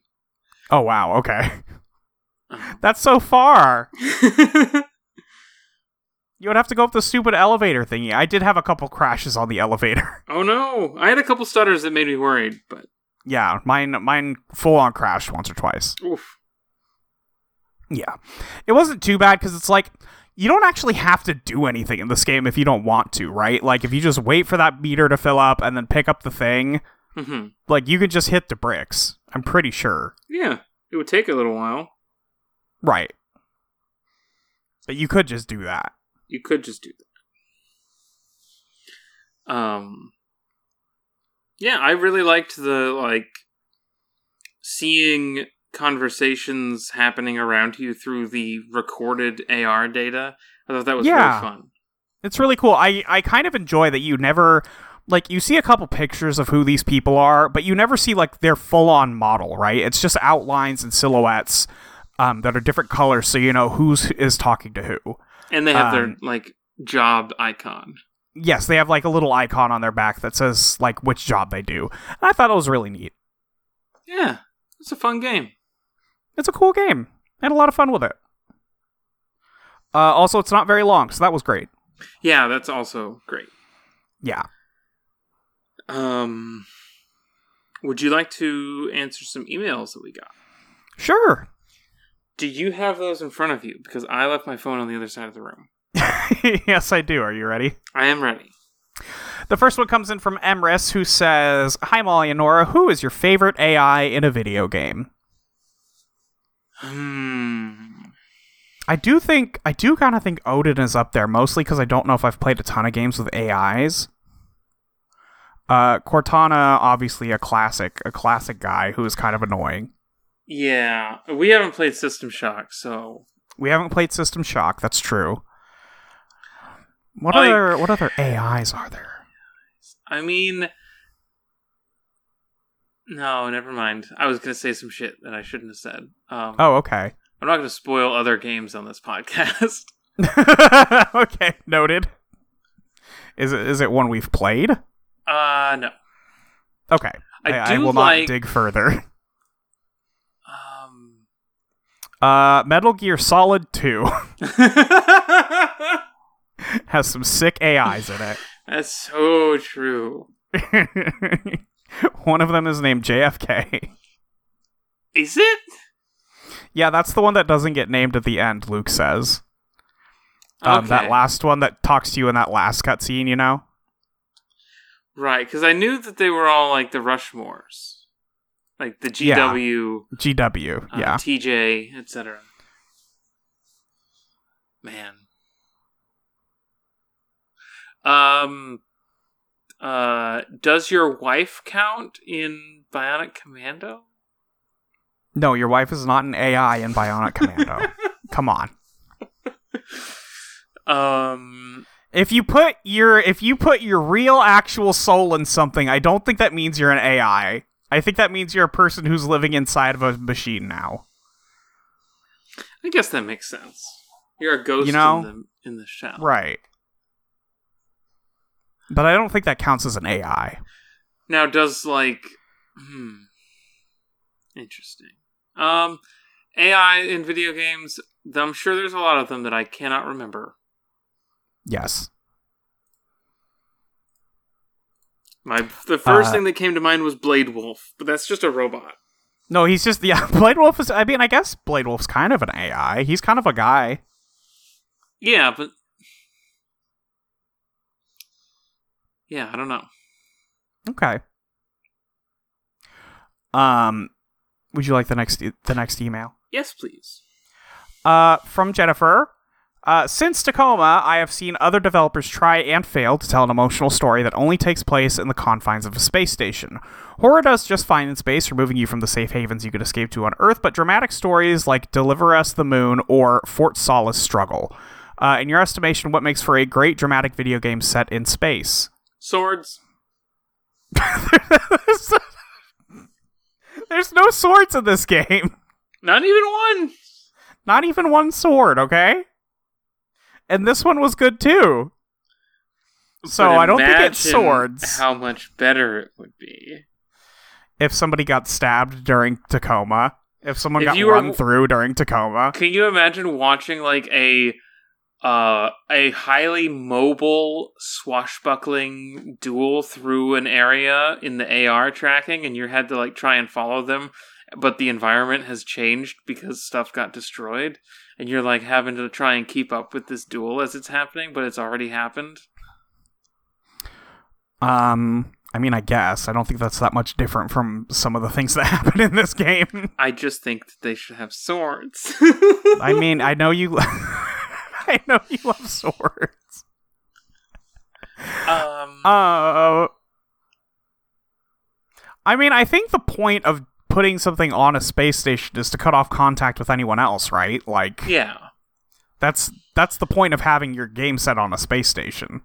Speaker 2: oh wow okay [laughs]
Speaker 1: Um,
Speaker 2: That's so far. You would have to go up the stupid elevator thingy. I did have a couple crashes on the [laughs] elevator.
Speaker 1: oh no! I had a couple stutters that made me worried, but
Speaker 2: yeah, mine mine full on crashed once or twice.
Speaker 1: oof.
Speaker 2: Yeah. It wasn't too bad cuz it's like you don't actually have to do anything in this game if you don't want to, right? Like if you just wait for that meter to fill up and then pick up the thing,
Speaker 1: hmm
Speaker 2: like you could just hit the bricks. I'm pretty sure.
Speaker 1: Yeah, it would take a little while.
Speaker 2: Right. But you could just do that.
Speaker 1: You could just do Um, yeah, I really liked the like seeing conversations happening around you through the recorded AR data. I thought that was
Speaker 2: Yeah.
Speaker 1: really fun.
Speaker 2: It's really cool. I, I kind of enjoy that you never like you see a couple pictures of who these people are, but you never see like their full on model, right? It's just outlines and silhouettes um, that are different colors, so you know who's is talking to who.
Speaker 1: And they have their
Speaker 2: Um,
Speaker 1: like job icon.
Speaker 2: Yes, they have like a little icon on their back that says like which job they do. And I thought it was really neat.
Speaker 1: Yeah, it's a fun game.
Speaker 2: It's a cool game. I had a lot of fun with it. Uh, also, it's not very long, so that was great.
Speaker 1: Yeah, that's also great.
Speaker 2: Yeah.
Speaker 1: Um, would you like to answer some emails that we got?
Speaker 2: Sure.
Speaker 1: Do you have those in front of you? Because I left my phone on the other side of the room.
Speaker 2: [laughs] yes, I do. Are you ready?
Speaker 1: I am ready.
Speaker 2: The first one comes in from Emrys, who says, "Hi Molly and Nora, who is your favorite AI in a video game?"
Speaker 1: Hmm.
Speaker 2: I do think I do kind of think Odin is up there, mostly because I don't know if I've played a ton of games with AIs. Uh, Cortana, obviously a classic, a classic guy who is kind of annoying.
Speaker 1: Yeah, we haven't played System Shock, so
Speaker 2: We haven't played System Shock. That's true. What
Speaker 1: Like-
Speaker 2: other what other AIs are there?
Speaker 1: I mean, no, never mind. I was gonna say some shit that I shouldn't have said. Um,
Speaker 2: Oh, okay. [laughs]
Speaker 1: I'm not gonna spoil other games on this podcast. [laughs]
Speaker 2: okay, noted. Is it is it one we've played?
Speaker 1: Uh, no.
Speaker 2: Okay,
Speaker 1: I do
Speaker 2: will
Speaker 1: like-
Speaker 2: not dig further. [laughs]
Speaker 1: Um. [laughs]
Speaker 2: Uh, Metal Gear Solid Two [laughs] has some sick AIs in
Speaker 1: That's so true.
Speaker 2: it. [laughs] one of them is named JFK.
Speaker 1: Is it?
Speaker 2: [laughs] Yeah, that's the one that doesn't get named at the end. Luke says. Um, That
Speaker 1: Okay.
Speaker 2: last one that talks to you in that last cutscene, you know.
Speaker 1: Right, because I knew that they were all like the Rushmores, like the
Speaker 2: Yeah.
Speaker 1: GW,
Speaker 2: GW.
Speaker 1: uh,
Speaker 2: yeah.
Speaker 1: TJ, etc. Man. Um. Uh, does your wife count in Bionic Commando?
Speaker 2: No, your wife is not an AI in Bionic Commando. [laughs] Come on.
Speaker 1: Um.
Speaker 2: If you put your if you put your real actual soul in something, I don't think that means you're an AI. I think that means you're a person who's living inside of a machine now.
Speaker 1: I guess that makes sense. You're a ghost
Speaker 2: You know?
Speaker 1: in the in the shell.
Speaker 2: Right. But I don't think that counts as an AI.
Speaker 1: Now, does like, hmm, interesting. Um, AI in video games. th- I'm sure there's a lot of them that I cannot remember.
Speaker 2: Yes.
Speaker 1: My the first
Speaker 2: Uh,
Speaker 1: thing that came to mind was Blade Wolf, but that's just a robot.
Speaker 2: No, he's just yeah, [laughs] Blade Wolf is I mean, I guess Blade Wolf's kind of an AI. He's kind of a guy.
Speaker 1: Yeah, but yeah, I don't know.
Speaker 2: Okay. Um would you like the next e- the next email?
Speaker 1: Yes, please.
Speaker 2: Uh, from Jennifer. Uh, since Tacoma, I have seen other developers try and fail to tell an emotional story that only takes place in the confines of a space station. Horror does just fine in space, removing you from the safe havens you could escape to on Earth, but dramatic stories like Deliver Us the Moon or Fort Solace struggle. Uh, in your estimation, what makes for a great dramatic video game set in space? [laughs]
Speaker 1: Swords.
Speaker 2: There's no swords in this game.
Speaker 1: Not even one.
Speaker 2: Not even one sword, okay? And this one was good too. So
Speaker 1: But
Speaker 2: I don't think it's
Speaker 1: imagine
Speaker 2: swords.
Speaker 1: How much better it would be.
Speaker 2: if somebody got stabbed during Tacoma, if someone
Speaker 1: If
Speaker 2: got
Speaker 1: you were-
Speaker 2: run through during Tacoma,
Speaker 1: Can you imagine watching like a uh, a highly mobile swashbuckling duel through an area in the AR tracking, and you had to like try and follow them, but the environment has changed because stuff got destroyed, and you're like having to try and keep up with this duel as it's happening, but it's already happened.
Speaker 2: um I mean I guess I don't think that's that much different from some of the things that [laughs] happen in this game.
Speaker 1: I just think that they should have swords. [laughs]
Speaker 2: I [laughs] mean, I know you I know you love swords.
Speaker 1: Um,
Speaker 2: Uh, I mean, I think the point of putting something on a space station is to cut off contact with anyone else, right? Like
Speaker 1: yeah.
Speaker 2: that's that's the point of having your game set on a space station.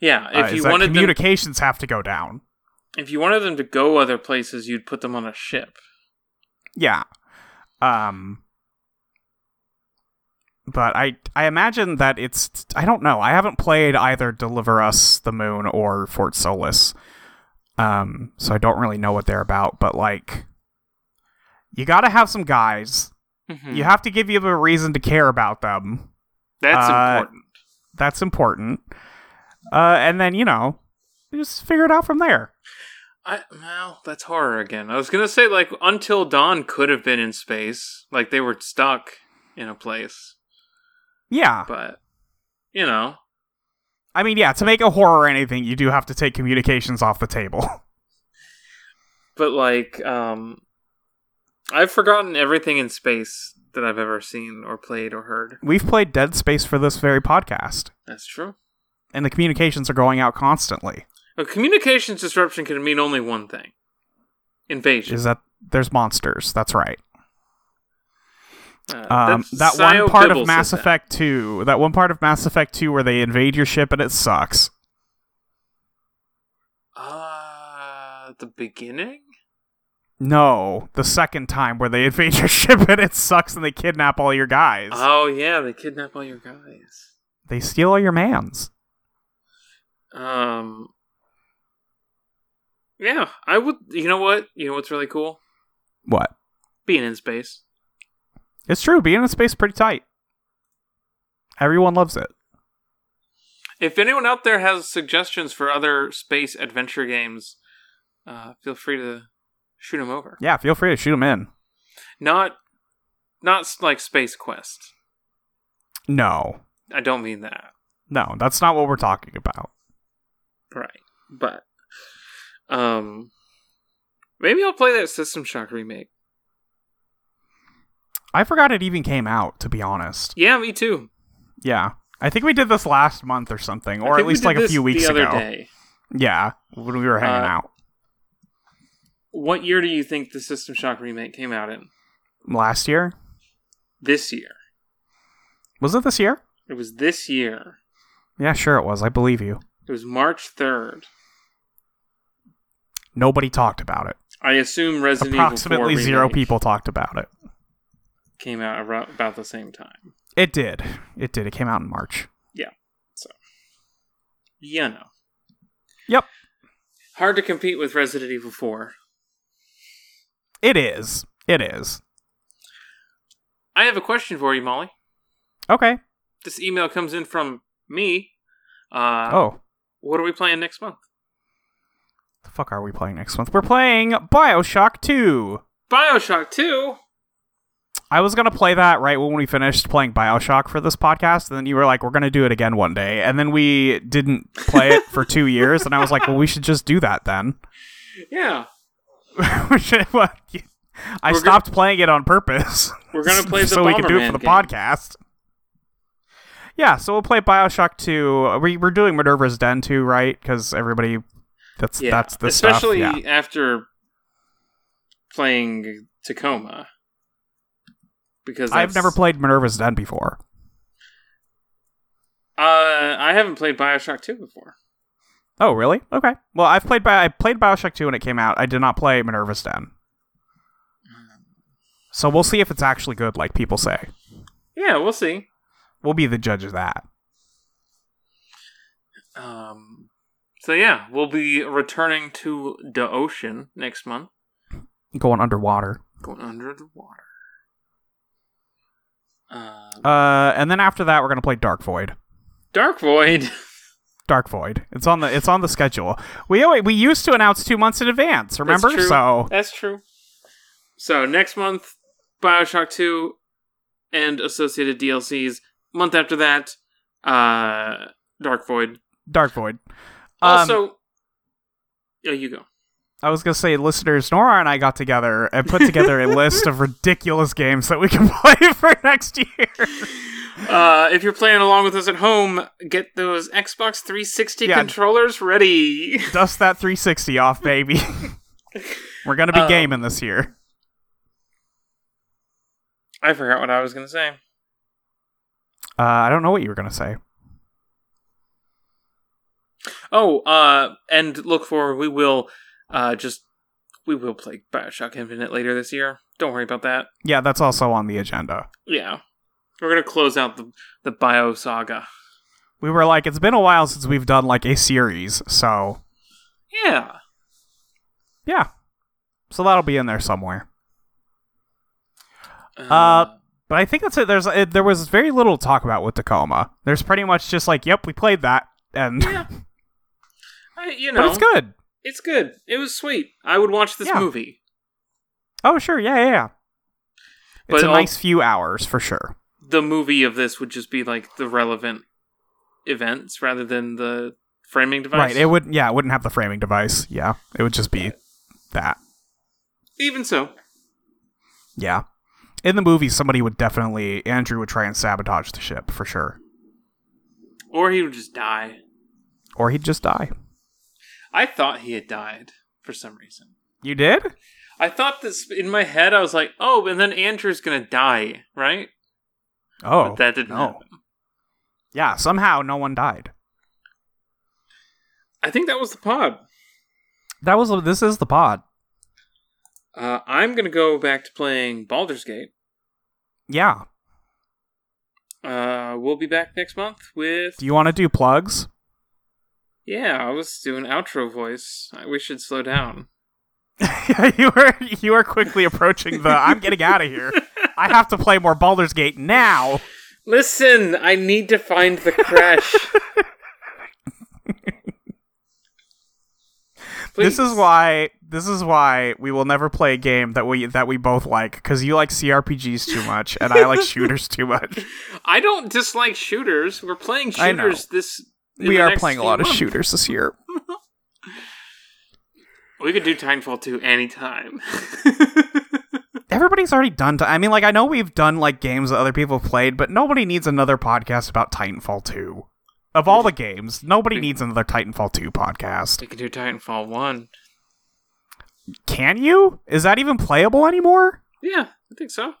Speaker 1: Yeah,
Speaker 2: Uh,
Speaker 1: if
Speaker 2: is
Speaker 1: you
Speaker 2: that
Speaker 1: wanted them,
Speaker 2: communications have to go down.
Speaker 1: if you wanted them to go other places, you'd put them on a ship.
Speaker 2: Yeah. Um but I I imagine that it's I don't know. I haven't played either Deliver Us the Moon or Fort Solus. Um so I don't really know what they're about, but like you got to have some guys.
Speaker 1: Mhm.
Speaker 2: You have to give you a reason to care about them.
Speaker 1: That's
Speaker 2: uh,
Speaker 1: important.
Speaker 2: That's important. Uh and then, you know, you just figure it out from there.
Speaker 1: I, well, that's horror again. I was gonna say like Until Dawn could have been in space, like they were stuck in a place,
Speaker 2: Yeah.
Speaker 1: but you know,
Speaker 2: I mean, yeah, to make a horror or anything, you do have to take communications off the table. [laughs]
Speaker 1: but like um, I've forgotten everything in space that I've ever seen or played or heard.
Speaker 2: We've played Dead Space for this very podcast,
Speaker 1: That's true.
Speaker 2: and the communications are going out constantly.
Speaker 1: A communications disruption can mean only one thing: invasion.
Speaker 2: Is that there's monsters? That's right.
Speaker 1: Uh,
Speaker 2: Um, that
Speaker 1: that's- Sayo
Speaker 2: one part
Speaker 1: Bibble
Speaker 2: of
Speaker 1: said
Speaker 2: Mass
Speaker 1: that.
Speaker 2: Effect Two, that one part of Mass Effect Two where they invade your ship and it sucks.
Speaker 1: Uh, the beginning?
Speaker 2: No, the second time where they [laughs] invade your ship and it sucks, and they kidnap all your guys.
Speaker 1: Oh yeah, they kidnap all your guys.
Speaker 2: they steal all your mans.
Speaker 1: Um Yeah, I would you know what? You know what's really cool?
Speaker 2: What?
Speaker 1: Being in space.
Speaker 2: It's true. Being in space is pretty tight. Everyone loves it.
Speaker 1: If anyone out there has suggestions for other space adventure games, uh feel free to shoot them over.
Speaker 2: Yeah, feel free to shoot them in.
Speaker 1: Not not s- like Space Quest.
Speaker 2: No,
Speaker 1: I don't mean that.
Speaker 2: no, that's not what we're talking about.
Speaker 1: Right. But um maybe I'll play that System Shock remake.
Speaker 2: I forgot it even came out, to be honest.
Speaker 1: Yeah, me too.
Speaker 2: Yeah. I think we did this last month or something,
Speaker 1: I
Speaker 2: or
Speaker 1: think
Speaker 2: at
Speaker 1: we
Speaker 2: least
Speaker 1: did
Speaker 2: like a
Speaker 1: this
Speaker 2: few weeks
Speaker 1: the other
Speaker 2: ago.
Speaker 1: day.
Speaker 2: Yeah, when we were hanging
Speaker 1: Uh,
Speaker 2: out
Speaker 1: What year do you think the System Shock remake came out in?
Speaker 2: last year.
Speaker 1: This year.
Speaker 2: Was it this year?
Speaker 1: It was this year.
Speaker 2: Yeah, sure it was. I believe you.
Speaker 1: It was March 3rd.
Speaker 2: Nobody talked about it.
Speaker 1: I assume Resident Evil 4
Speaker 2: Approximately
Speaker 1: remake
Speaker 2: zero people talked about it.
Speaker 1: came out aro- about the same time.
Speaker 2: It did. It did. It came out in March.
Speaker 1: You know.
Speaker 2: Yep.
Speaker 1: Hard to compete with Resident Evil 4.
Speaker 2: It is. It is.
Speaker 1: I have a question for you, Molly.
Speaker 2: Okay.
Speaker 1: This email comes in from me. Uh,
Speaker 2: oh,
Speaker 1: What are we playing next month?
Speaker 2: the fuck are we playing next month? We're playing Bioshock 2.
Speaker 1: Bioshock 2?
Speaker 2: I was gonna play that right when we finished playing Bioshock for this podcast, and then you were like, "We're gonna do it again one day," and then we didn't play it for two years, and I was like, "Well, we should just do that then." [laughs]
Speaker 1: Yeah.
Speaker 2: We should- well, you- I
Speaker 1: We're
Speaker 2: stopped playing it on purpose.
Speaker 1: [laughs] We're
Speaker 2: [laughs]
Speaker 1: going to play the
Speaker 2: so we can do it
Speaker 1: Bomberman
Speaker 2: for the
Speaker 1: game.
Speaker 2: podcast. Yeah, so we'll play Bioshock Two. Uh, We we're doing Minerva's Den Two, right? Because everybody, that's
Speaker 1: Yeah.
Speaker 2: that's the
Speaker 1: Especially
Speaker 2: stuff. Yeah.
Speaker 1: after playing Tacoma. Because
Speaker 2: I've
Speaker 1: that's-
Speaker 2: never played Minerva's Den before.
Speaker 1: Uh, I haven't played Bioshock 2 before.
Speaker 2: Oh, really? Okay. Well, I've played Bi- I played BioShock 2 when it came out. I did not play Minerva's Den. So we'll see if it's actually good like people say.
Speaker 1: Yeah, we'll see.
Speaker 2: We'll be the judge of that.
Speaker 1: Um, so yeah, we'll be returning to the ocean next month.
Speaker 2: Going underwater.
Speaker 1: Going under the water. Uh,
Speaker 2: Uh and then after that we're going to play Dark Void.
Speaker 1: Dark Void. [laughs]
Speaker 2: Dark Void. It's on the it's on the schedule. We always, we used to announce 2 months in advance, remember?
Speaker 1: true.
Speaker 2: So,
Speaker 1: That's true. So next month, Bioshock 2 and associated DLCs. Month after that, uh, Dark Void.
Speaker 2: Dark Void. Um,
Speaker 1: Also, yeah, you go.
Speaker 2: I was going to say listeners Nora and I got [laughs] together and put together a list of ridiculous games that we can play for next year.
Speaker 1: Uh, if you're playing along with us at home, get those Xbox 360
Speaker 2: Yeah.
Speaker 1: controllers ready. [laughs]
Speaker 2: Dust that 360 off, baby. [laughs] We're gonna be
Speaker 1: Uh,
Speaker 2: gaming this year.
Speaker 1: I forgot what I was going to say.
Speaker 2: Uh, I don't know what you were gonna say.
Speaker 1: Oh, uh, and look for we will uh, just we will play Bioshock Infinite later this year. Don't worry about that.
Speaker 2: Yeah, that's also on the agenda.
Speaker 1: Yeah, we're gonna close out the the Bio saga.
Speaker 2: We were like, it's been a while since we've done like a series, so
Speaker 1: Yeah,
Speaker 2: yeah. So that'll be in there somewhere. Uh, But I think that's it. There's it, there was very little to talk about with Tacoma. There's pretty much just like, yep, we played that, and
Speaker 1: yeah. I, you know,
Speaker 2: [laughs] but it's good.
Speaker 1: It's good. It was sweet. I would watch this
Speaker 2: Yeah.
Speaker 1: movie.
Speaker 2: Oh sure, yeah, yeah. yeah. It's
Speaker 1: But
Speaker 2: a
Speaker 1: al-
Speaker 2: nice few hours for sure.
Speaker 1: The movie of this would just be like the relevant events rather than the framing device.
Speaker 2: Right. It would yeah, it wouldn't have the framing device. Yeah. It would just be that.
Speaker 1: Even so,
Speaker 2: Yeah. In the movie somebody would definitely Andrew would try and sabotage the ship for sure.
Speaker 1: or he would just die.
Speaker 2: Or he'd just die.
Speaker 1: I thought he had died for some reason.
Speaker 2: You did?
Speaker 1: I thought this in my head. I was like, "Oh, and then Andrew's gonna die, right?"
Speaker 2: Oh.
Speaker 1: but that didn't
Speaker 2: no.
Speaker 1: happen.
Speaker 2: Yeah, somehow no one died.
Speaker 1: I think that was the pod.
Speaker 2: That was this is the pod.
Speaker 1: Uh, I'm gonna go back to playing Baldur's Gate.
Speaker 2: Yeah.
Speaker 1: Uh, we'll be back next month with.
Speaker 2: Do you want to do plugs? [laughs]
Speaker 1: Yeah, I was doing outro voice. I- We should slow down.
Speaker 2: you are you are quickly approaching the I'm getting out of here. I have to play more Baldur's Gate now.
Speaker 1: Listen, I need to find the
Speaker 2: [laughs]
Speaker 1: crash.
Speaker 2: This is why this is why we will never play a game that we that we both like cuz you like CRPGs too much
Speaker 1: [laughs]
Speaker 2: and I like shooters too much.
Speaker 1: I don't dislike shooters. We're playing
Speaker 2: I know.
Speaker 1: shooters this. in
Speaker 2: we
Speaker 1: the
Speaker 2: are
Speaker 1: next
Speaker 2: playing a
Speaker 1: few
Speaker 2: lot of
Speaker 1: months.
Speaker 2: shooters this year.
Speaker 1: We could do Timefall 2 anytime. [laughs]
Speaker 2: Everybody's already done t I I mean like I know we've done like games that other people have played, but nobody needs another podcast about Titanfall 2. Of all the games, nobody needs another Titanfall 2 podcast.
Speaker 1: we could do Titanfall 1.
Speaker 2: Can you? Is that even playable anymore?
Speaker 1: Yeah, I think so.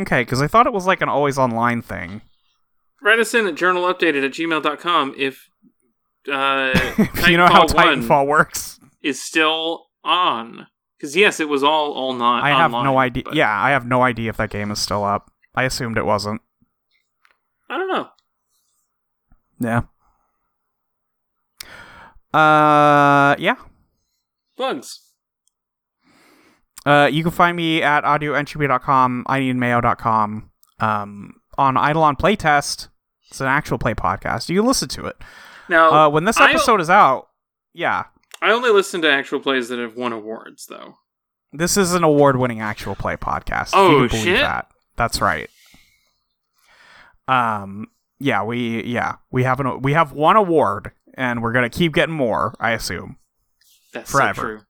Speaker 2: Okay, cuz I thought it was like an always online thing. [laughs]
Speaker 1: Write us in at journalupdated at gmail.com if, uh,
Speaker 2: [laughs] if you know how
Speaker 1: Titanfall 1
Speaker 2: Titanfall works.
Speaker 1: is still on. Because, yes, it was all, all not.
Speaker 2: I have
Speaker 1: Uh, online,
Speaker 2: no idea.
Speaker 1: but
Speaker 2: Yeah, I have no idea if that game is still up. I assumed it wasn't.
Speaker 1: I don't know.
Speaker 2: Yeah. Uh, yeah.
Speaker 1: Plugs.
Speaker 2: Uh, you can find me at audioentropy.com, ineedmayo.com, um, on Eidolon Playtest. It's an actual play podcast. You can listen to it.
Speaker 1: Now,
Speaker 2: Uh, when this
Speaker 1: Oh, I-
Speaker 2: episode is out, yeah,
Speaker 1: I only listen to actual plays that have won awards, though.
Speaker 2: this is an award-winning actual play podcast. if
Speaker 1: Oh,
Speaker 2: you can believe
Speaker 1: shit.
Speaker 2: That. That's right. Um, yeah, we yeah we have an we have one award, and we're gonna keep getting more. I assume.
Speaker 1: That's
Speaker 2: Forever.
Speaker 1: so true.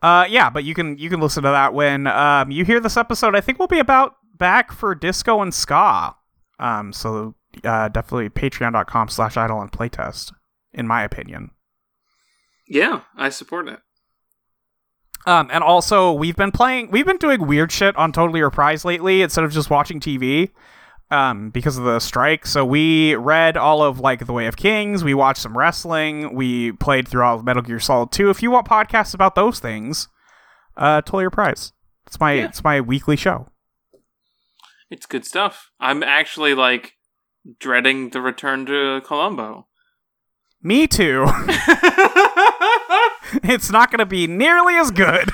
Speaker 2: Uh, yeah, but you can you can listen to that when um you hear this episode. I think we'll be about back for disco and ska. Um, so uh, definitely patreon.com slash idle and playtest, in my opinion.
Speaker 1: Yeah, I support it.
Speaker 2: Um, and also we've been playing, we've been doing weird shit on Totally Reprise lately instead of just watching TV, um, because of the strike. So we read all of like The Way of Kings, we watched some wrestling, we played through all of Metal Gear Solid 2. If you want podcasts about those things, uh, Totally Reprise. It's my
Speaker 1: Yeah.
Speaker 2: it's my weekly show.
Speaker 1: It's good stuff. I'm actually, like, dreading the return to
Speaker 2: [laughs]
Speaker 1: Colombo.
Speaker 2: Me too. [laughs] it's not going to be nearly as good.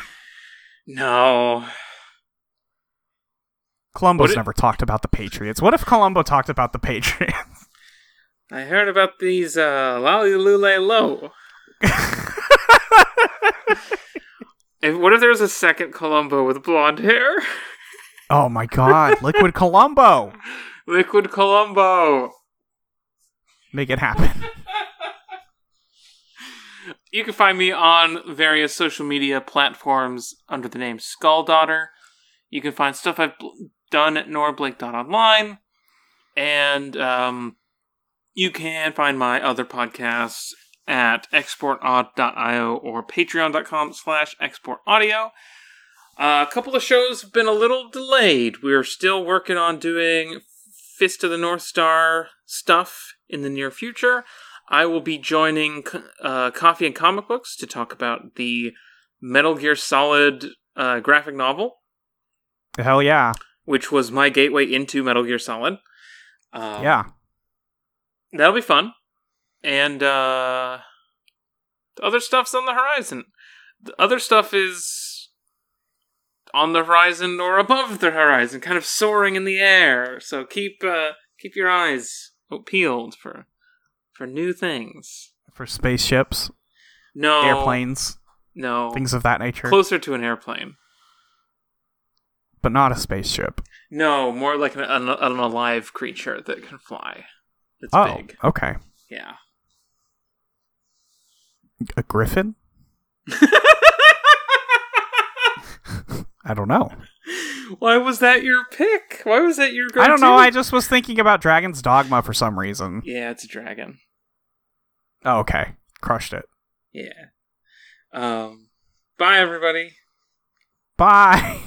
Speaker 1: no.
Speaker 2: Columbo's
Speaker 1: What it-
Speaker 2: never talked about the Patriots. What if Columbo talked about the Patriots? [laughs]
Speaker 1: I heard about these uh lolly lule low. if, what if there's a second Columbo with blonde hair?
Speaker 2: oh my god, Liquid Columbo.
Speaker 1: Liquid Columbo.
Speaker 2: Make it happen.
Speaker 1: You can find me on various social media platforms under the name Skull Daughter. You can find stuff I've bl- done at norablake.online. And um, you can find my other podcasts at exportaud.io or patreon.com slash exportaudio. Uh, a couple of shows have been a little delayed. We're still working on doing Fist of the North Star stuff in the near future. I will be joining uh, Coffee and Comic Books to talk about the Metal Gear Solid uh, graphic novel,
Speaker 2: Hell yeah.
Speaker 1: which was my gateway into Metal Gear Solid. Um,
Speaker 2: yeah.
Speaker 1: that'll be fun. And uh, the other stuff's on the horizon. The other stuff is on the horizon or above the horizon, kind of soaring in the air. So keep uh, keep your eyes peeled for for new things.
Speaker 2: For spaceships,
Speaker 1: No
Speaker 2: airplanes,
Speaker 1: No
Speaker 2: things of that nature.
Speaker 1: closer to an airplane.
Speaker 2: But not a spaceship.
Speaker 1: No, more like an, an, an alive creature that can fly. It's
Speaker 2: oh,
Speaker 1: big.
Speaker 2: okay.
Speaker 1: Yeah. [laughs]
Speaker 2: A griffin? I don't know.
Speaker 1: Why was that your pick? Why was that your go
Speaker 2: I don't know. I just was thinking about Dragon's Dogma for some reason.
Speaker 1: Yeah, it's a dragon.
Speaker 2: Oh, okay. Crushed it.
Speaker 1: Yeah.
Speaker 2: [laughs]
Speaker 1: Um bye everybody.
Speaker 2: Bye.